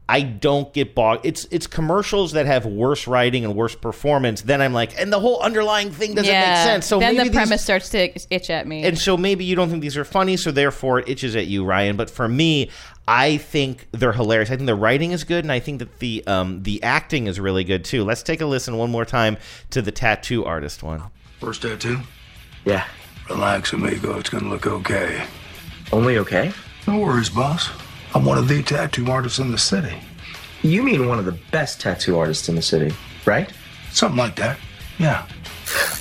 Speaker 5: I don't get bogged. It's it's commercials that have worse writing and worse performance. Then I'm like, and the whole underlying thing doesn't
Speaker 7: Yeah.
Speaker 5: make sense. So
Speaker 7: then
Speaker 5: maybe
Speaker 7: the
Speaker 5: these-
Speaker 7: premise starts to itch at me.
Speaker 5: and so maybe you don't think these are funny, so therefore it itches at you, Ryan. But for me, I think they're hilarious. I think the writing is good, and I think that the um, the acting is really good too. Let's take a listen one more time to the tattoo artist one.
Speaker 22: First tattoo?
Speaker 5: Yeah.
Speaker 22: Relax, amigo. It's gonna look okay.
Speaker 23: Only okay?
Speaker 22: No worries, boss. I'm one of the tattoo artists in the city.
Speaker 23: You mean one of the best tattoo artists in the city, right?
Speaker 22: Something like that. Yeah.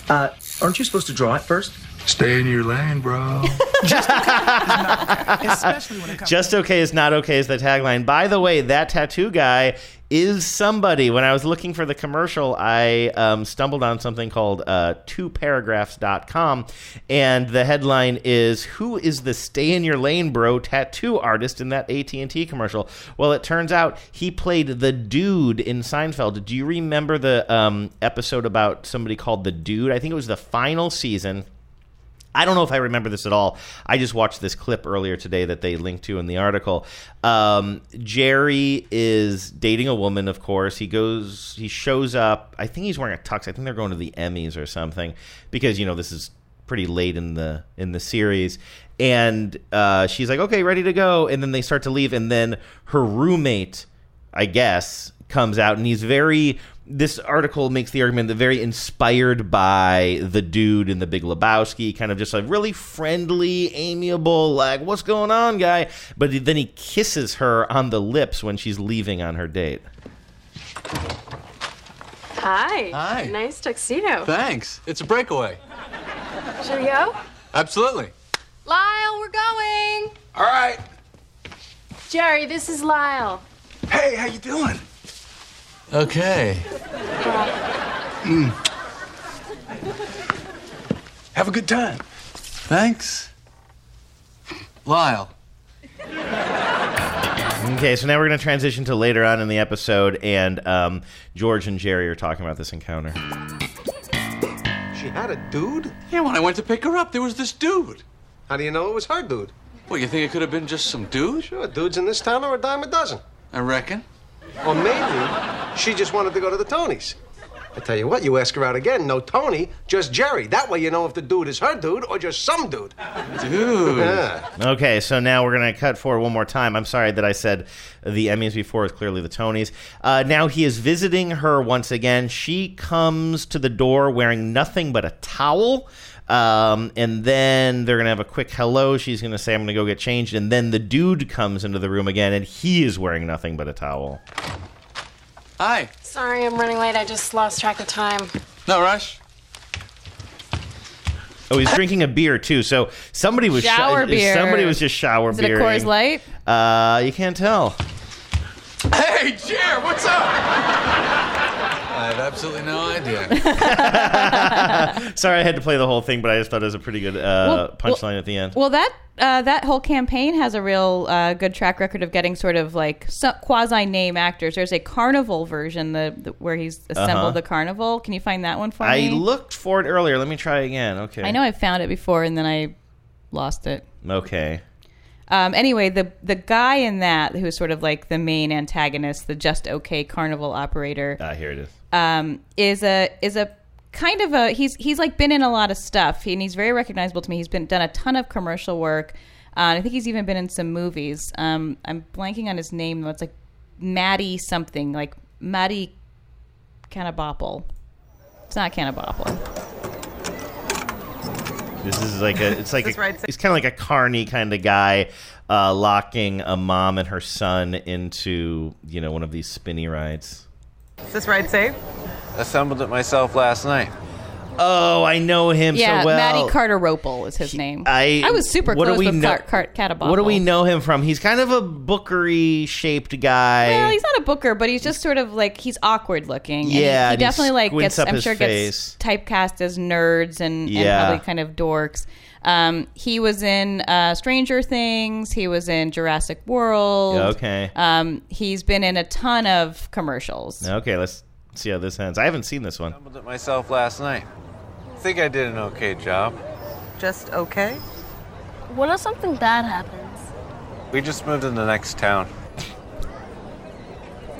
Speaker 23: Uh, aren't you supposed to draw it first?
Speaker 22: Stay in your lane, bro.
Speaker 5: Just okay is not okay is the tagline. By the way, that tattoo guy is somebody. When I was looking for the commercial, I um, stumbled on something called uh, twoparagraphs.com, and the headline is "Who is the Stay in Your Lane Bro tattoo artist in that AT and T commercial?" Well, it turns out he played the dude in Seinfeld. Do you remember the um, episode about somebody called the dude? I think it was the final season. I don't know if I remember this at all. I just watched this clip earlier today that they linked to in the article. Um, Jerry is dating a woman, of course. He goes, he shows up. I think he's wearing a tux. I think they're going to the Emmys or something because you know this is pretty late in the in the series. And uh, she's like, "Okay, ready to go." And then they start to leave, and then her roommate I guess, comes out and he's very. This article makes the argument that very inspired by the dude in the Big Lebowski, kind of just like really friendly, amiable, like what's going on, guy. But then he kisses her on the lips when she's leaving on her date.
Speaker 24: Hi.
Speaker 16: Hi.
Speaker 24: Nice tuxedo.
Speaker 16: Thanks. It's a breakaway.
Speaker 24: Should we go?
Speaker 16: Absolutely.
Speaker 24: Lyle, we're going.
Speaker 22: All right.
Speaker 24: Jerry, this is Lyle.
Speaker 22: Hey, how you doing?
Speaker 16: Okay.
Speaker 22: Mm. Have a good time.
Speaker 16: Thanks. Lyle.
Speaker 5: Okay, so now we're going to transition to later on in the episode, and um, George and Jerry are talking about this encounter.
Speaker 25: She had a dude?
Speaker 16: Yeah, when I went to pick her up, there was this dude.
Speaker 25: How do you know it was her dude?
Speaker 16: Well, you think it could have been just some dude?
Speaker 25: Sure, dudes in this town are a dime a dozen.
Speaker 16: I reckon.
Speaker 25: Or maybe she just wanted to go to the Tonys. I tell you what, you ask her out again. No Tony, just Jerry. That way you know if the dude is her dude or just some dude.
Speaker 5: Dude.
Speaker 25: Yeah.
Speaker 5: Okay, so now we're going to cut forward one more time. I'm sorry that I said the Emmys before, it's clearly the Tonys. Uh, now he is visiting her once again. She comes to the door wearing nothing but a towel. Um, and then they're going to have a quick hello. She's going to say, I'm going to go get changed. And then the dude comes into the room again, and he is wearing nothing but a towel.
Speaker 1: Hi.
Speaker 24: Sorry, I'm running late. I just lost track of time.
Speaker 1: No rush.
Speaker 5: Oh, he's drinking a beer too. So somebody was
Speaker 7: Shower beer.
Speaker 5: Somebody was just shower
Speaker 7: Is it a
Speaker 5: beer.
Speaker 7: Coors Light?
Speaker 5: Uh, you can't tell.
Speaker 1: Hey, Jer, what's up? I have absolutely no idea.
Speaker 5: Sorry, I had to play the whole thing, but I just thought it was a pretty good uh,
Speaker 7: Well-
Speaker 5: punchline at the end.
Speaker 7: Well, that uh, that whole campaign has a real uh, good track record of getting sort of like quasi name actors. There's a carnival version the, the- where he's assembled
Speaker 5: Uh-huh.
Speaker 7: the carnival. Can you find that one for
Speaker 5: I
Speaker 7: me?
Speaker 5: looked for it earlier. Let me try again. Okay.
Speaker 7: I know I found it before and then I lost it.
Speaker 5: Okay.
Speaker 7: Um, anyway, the the guy in that who's sort of like the main antagonist, the just okay carnival operator.
Speaker 5: Ah, here it is.
Speaker 7: Um, is a is a kind of a he's he's like been in a lot of stuff and he's very recognizable to me. He's been done a ton of commercial work. Uh, and I think he's even been in some movies. Um, I'm blanking on his name. though. It's like Matty something like Matty Cannabopple. It's not Cannabopple.
Speaker 5: This is like a. It's like
Speaker 7: Is this
Speaker 5: a,
Speaker 7: right?
Speaker 5: he's kind of like a carny kind of guy, uh, locking a mom and her son into you know one of these spinny rides.
Speaker 3: Is this ride safe?
Speaker 1: Assembled it myself last night.
Speaker 5: Oh, I know him
Speaker 7: yeah,
Speaker 5: so well.
Speaker 7: Matty Carter Ropel is his name.
Speaker 5: I,
Speaker 7: was super
Speaker 5: what do
Speaker 7: close
Speaker 5: we
Speaker 7: with
Speaker 5: know-
Speaker 7: Clark Cart- Cannabopple.
Speaker 5: What do we know him from? He's kind of a bookery shaped guy.
Speaker 7: Well, he's not a booker, but he's just sort of like he's awkward looking. and he-
Speaker 5: Yeah,
Speaker 7: he,
Speaker 5: and he
Speaker 7: definitely like
Speaker 5: squints
Speaker 7: gets.
Speaker 5: up
Speaker 7: I'm
Speaker 5: his
Speaker 7: sure
Speaker 5: face.
Speaker 7: gets typecast as nerds and,
Speaker 5: Yeah.
Speaker 7: and probably kind of dorks. Um, he was in uh, Stranger Things. He was in Jurassic World.
Speaker 5: Yeah, okay.
Speaker 7: Um, he's been in a ton of commercials.
Speaker 5: Okay, let's see how this ends. I haven't seen this one.
Speaker 1: Assembled it myself last night. Think I did an okay job.
Speaker 3: Just okay?
Speaker 4: What if something bad happens?
Speaker 1: We just moved in the next town.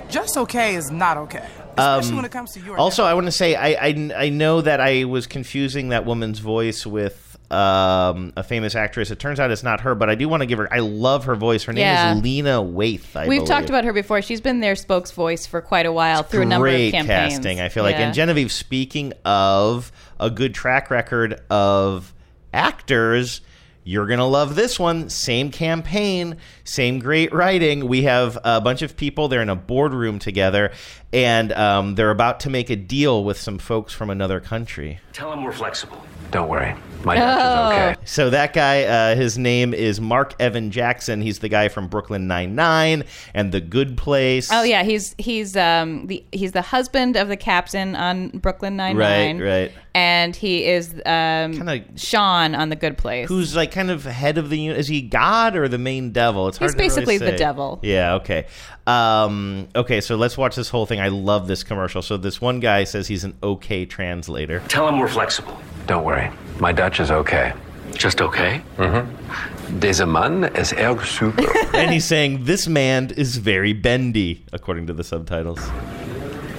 Speaker 3: Just okay is not okay.
Speaker 1: Um,
Speaker 3: Especially when it comes to your
Speaker 5: also, I want to say I, I I know that I was confusing that woman's voice with um, a famous actress. It turns out it's not her, but I do want to give her. I love her voice. Her name
Speaker 7: Yeah.
Speaker 5: is Lena Waithe. I
Speaker 7: We've
Speaker 5: believe.
Speaker 7: talked about her before. She's been their spokes voice for quite a while through a number of
Speaker 5: Great
Speaker 7: campaigns.
Speaker 5: casting. I feel like,
Speaker 7: Yeah.
Speaker 5: and Genevieve, speaking of a good track record of actors, you're gonna love this one. Same campaign, same great writing. We have a bunch of people. They're in a boardroom together, and um, they're about to make a deal with some folks from another country.
Speaker 6: Tell him we're flexible.
Speaker 5: Don't worry,
Speaker 6: my doctor's okay. Oh.
Speaker 5: So that guy, uh, his name is Mark Evan Jackson. He's the guy from Brooklyn Nine Nine and The Good Place.
Speaker 7: Oh yeah, he's he's um the he's the husband of the captain on Brooklyn Nine
Speaker 5: right,
Speaker 7: Nine.
Speaker 5: right.
Speaker 7: and he is um, Sean on the Good Place.
Speaker 5: who's like kind of head of the uni- is he god or the main devil it's hard
Speaker 7: He's
Speaker 5: to really
Speaker 7: basically the
Speaker 5: say.
Speaker 7: devil.
Speaker 5: yeah okay um, okay so let's watch this whole thing i love this commercial so this one guy says he's an okay translator
Speaker 6: Tell him we're flexible.
Speaker 8: Don't worry, my Dutch is okay. Just okay? Mm-hmm. Deze man is erg super.
Speaker 5: and he's saying this man is very bendy according to the subtitles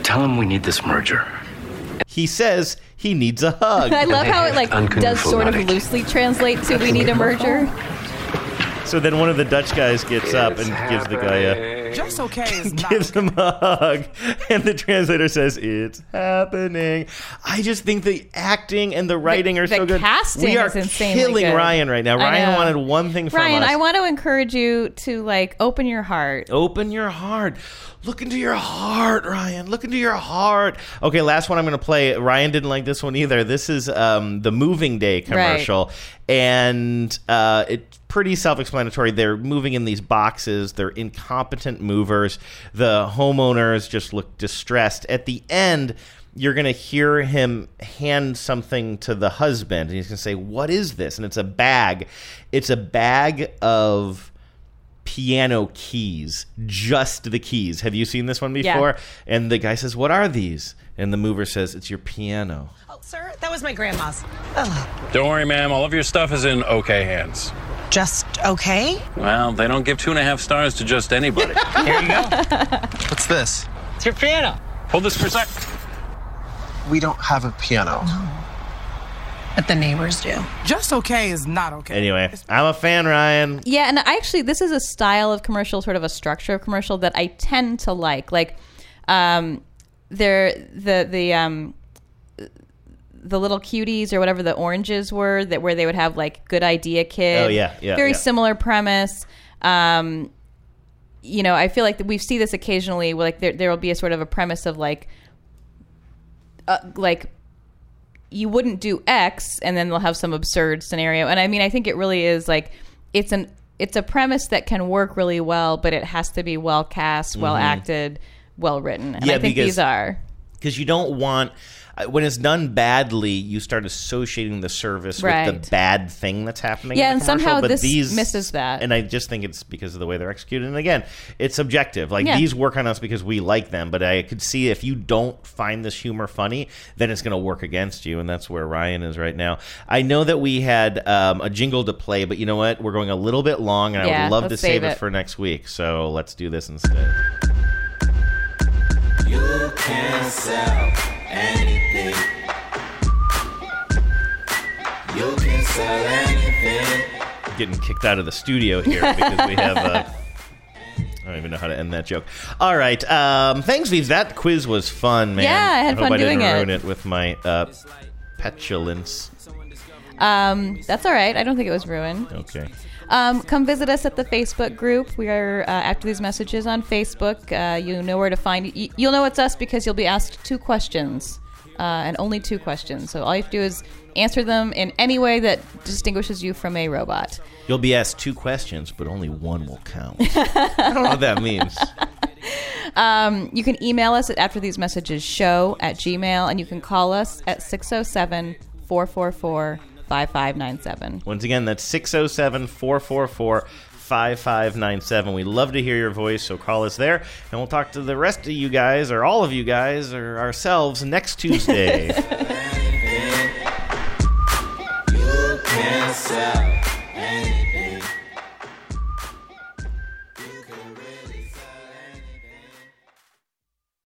Speaker 6: tell him we need this merger
Speaker 5: he says he needs a hug
Speaker 7: I love how it like does sort of loosely translate to "We need a merger."
Speaker 5: so then one of the dutch guys gets up and gives the guy a
Speaker 3: Just okay is not
Speaker 5: gives him a hug and the translator says it's happening i just think the acting and the writing are
Speaker 7: the
Speaker 5: so good
Speaker 7: casting
Speaker 5: we are
Speaker 7: is insanely
Speaker 5: killing
Speaker 7: good.
Speaker 5: ryan right now
Speaker 7: I
Speaker 5: ryan
Speaker 7: know.
Speaker 5: wanted one thing from
Speaker 7: Ryan,
Speaker 5: us
Speaker 7: I want to encourage you to like open your heart.
Speaker 5: open your heart look into your heart ryan look into your heart okay last one i'm gonna play ryan didn't like this one either this is um, the moving day commercial and uh, it's pretty self-explanatory they're moving in these boxes they're incompetent movers the homeowners just look distressed at the end you're going to hear him hand something to the husband and he's going to say what is this and it's a bag it's a bag of piano keys, just the keys. Have you seen this one
Speaker 3: Yeah.
Speaker 5: before? And the guy says, "What are these?" And the mover says, "It's your piano."
Speaker 3: Oh, sir, that was my grandma's.
Speaker 26: Don't worry, ma'am. All of your stuff is in okay hands.
Speaker 3: Just okay?
Speaker 26: Well, they don't give two and a half stars to just anybody.
Speaker 3: Here you go.
Speaker 26: What's this?
Speaker 3: It's your piano.
Speaker 26: Hold this for a sec.
Speaker 25: we don't have a piano.
Speaker 3: But the neighbors do. Just okay is not okay.
Speaker 5: Anyway, I'm a fan, Ryan.
Speaker 7: Yeah, and I actually, this is a style of commercial, sort of a structure of commercial that I tend to like. Like, um, they're the the um, the little cuties or whatever the oranges were that where they would have like good idea kid.
Speaker 5: Oh, yeah, yeah,
Speaker 7: Very
Speaker 5: yeah.
Speaker 7: similar premise. Um, you know, I feel like we see this occasionally. where, Like there, there will be a sort of a premise of like, uh, like you wouldn't do X, and then they'll have some absurd scenario. And I mean, I think it really is like it's an it's a premise that can work really well, but it has to be well cast, well
Speaker 5: Mhm.
Speaker 7: acted, well written. And
Speaker 5: Yeah,
Speaker 7: I think
Speaker 5: because-
Speaker 7: these are.
Speaker 5: because you don't want uh, when it's done badly, you start associating the service with
Speaker 7: Right.
Speaker 5: the bad thing that's happening.
Speaker 7: Yeah,
Speaker 5: in
Speaker 7: and
Speaker 5: the commercial,
Speaker 7: somehow
Speaker 5: but
Speaker 7: this
Speaker 5: these,
Speaker 7: misses that.
Speaker 5: And I just think it's because of the way they're executed. And again, it's subjective. Like
Speaker 7: Yeah.
Speaker 5: these work on us because we like them, but I could see if you don't find this humor funny, then it's going to work against you, and that's where Ryan is right now. I know that we had um, a jingle to play, but you know what? We're going a little bit long, and I
Speaker 7: Yeah,
Speaker 5: would love
Speaker 7: let's
Speaker 5: to save,
Speaker 7: save
Speaker 5: it
Speaker 7: it.
Speaker 5: for next week. So let's do this instead.
Speaker 2: You can sell anything. You can sell anything.
Speaker 5: getting kicked out of the studio here because we have. Uh, I don't even know how to end that joke. All right, um, thanks, Vives. That quiz was fun, man.
Speaker 7: Yeah, I had
Speaker 5: hope
Speaker 7: fun
Speaker 5: I
Speaker 7: doing
Speaker 5: didn't
Speaker 7: it.
Speaker 5: ruin it with my uh, petulance.
Speaker 7: Um, that's all right. I don't think it was ruined.
Speaker 5: Okay.
Speaker 7: Um, come visit us at the Facebook group. We are uh, after these messages on Facebook. Uh, you know where to find. You, you'll know it's us because you'll be asked two questions, uh, and only two questions. So all you have to do is answer them in any way that distinguishes you from a robot.
Speaker 5: You'll be asked two questions, but only one will count. I don't know what that means.
Speaker 7: Um, you can email us at after these messages show at gmail, and you can call us at 607 444 5597.
Speaker 5: Once again, that's 607 444 5597. We love to hear your voice, so call us there. And we'll talk to the rest of you guys, or all of you guys, or ourselves next Tuesday.
Speaker 2: You can sell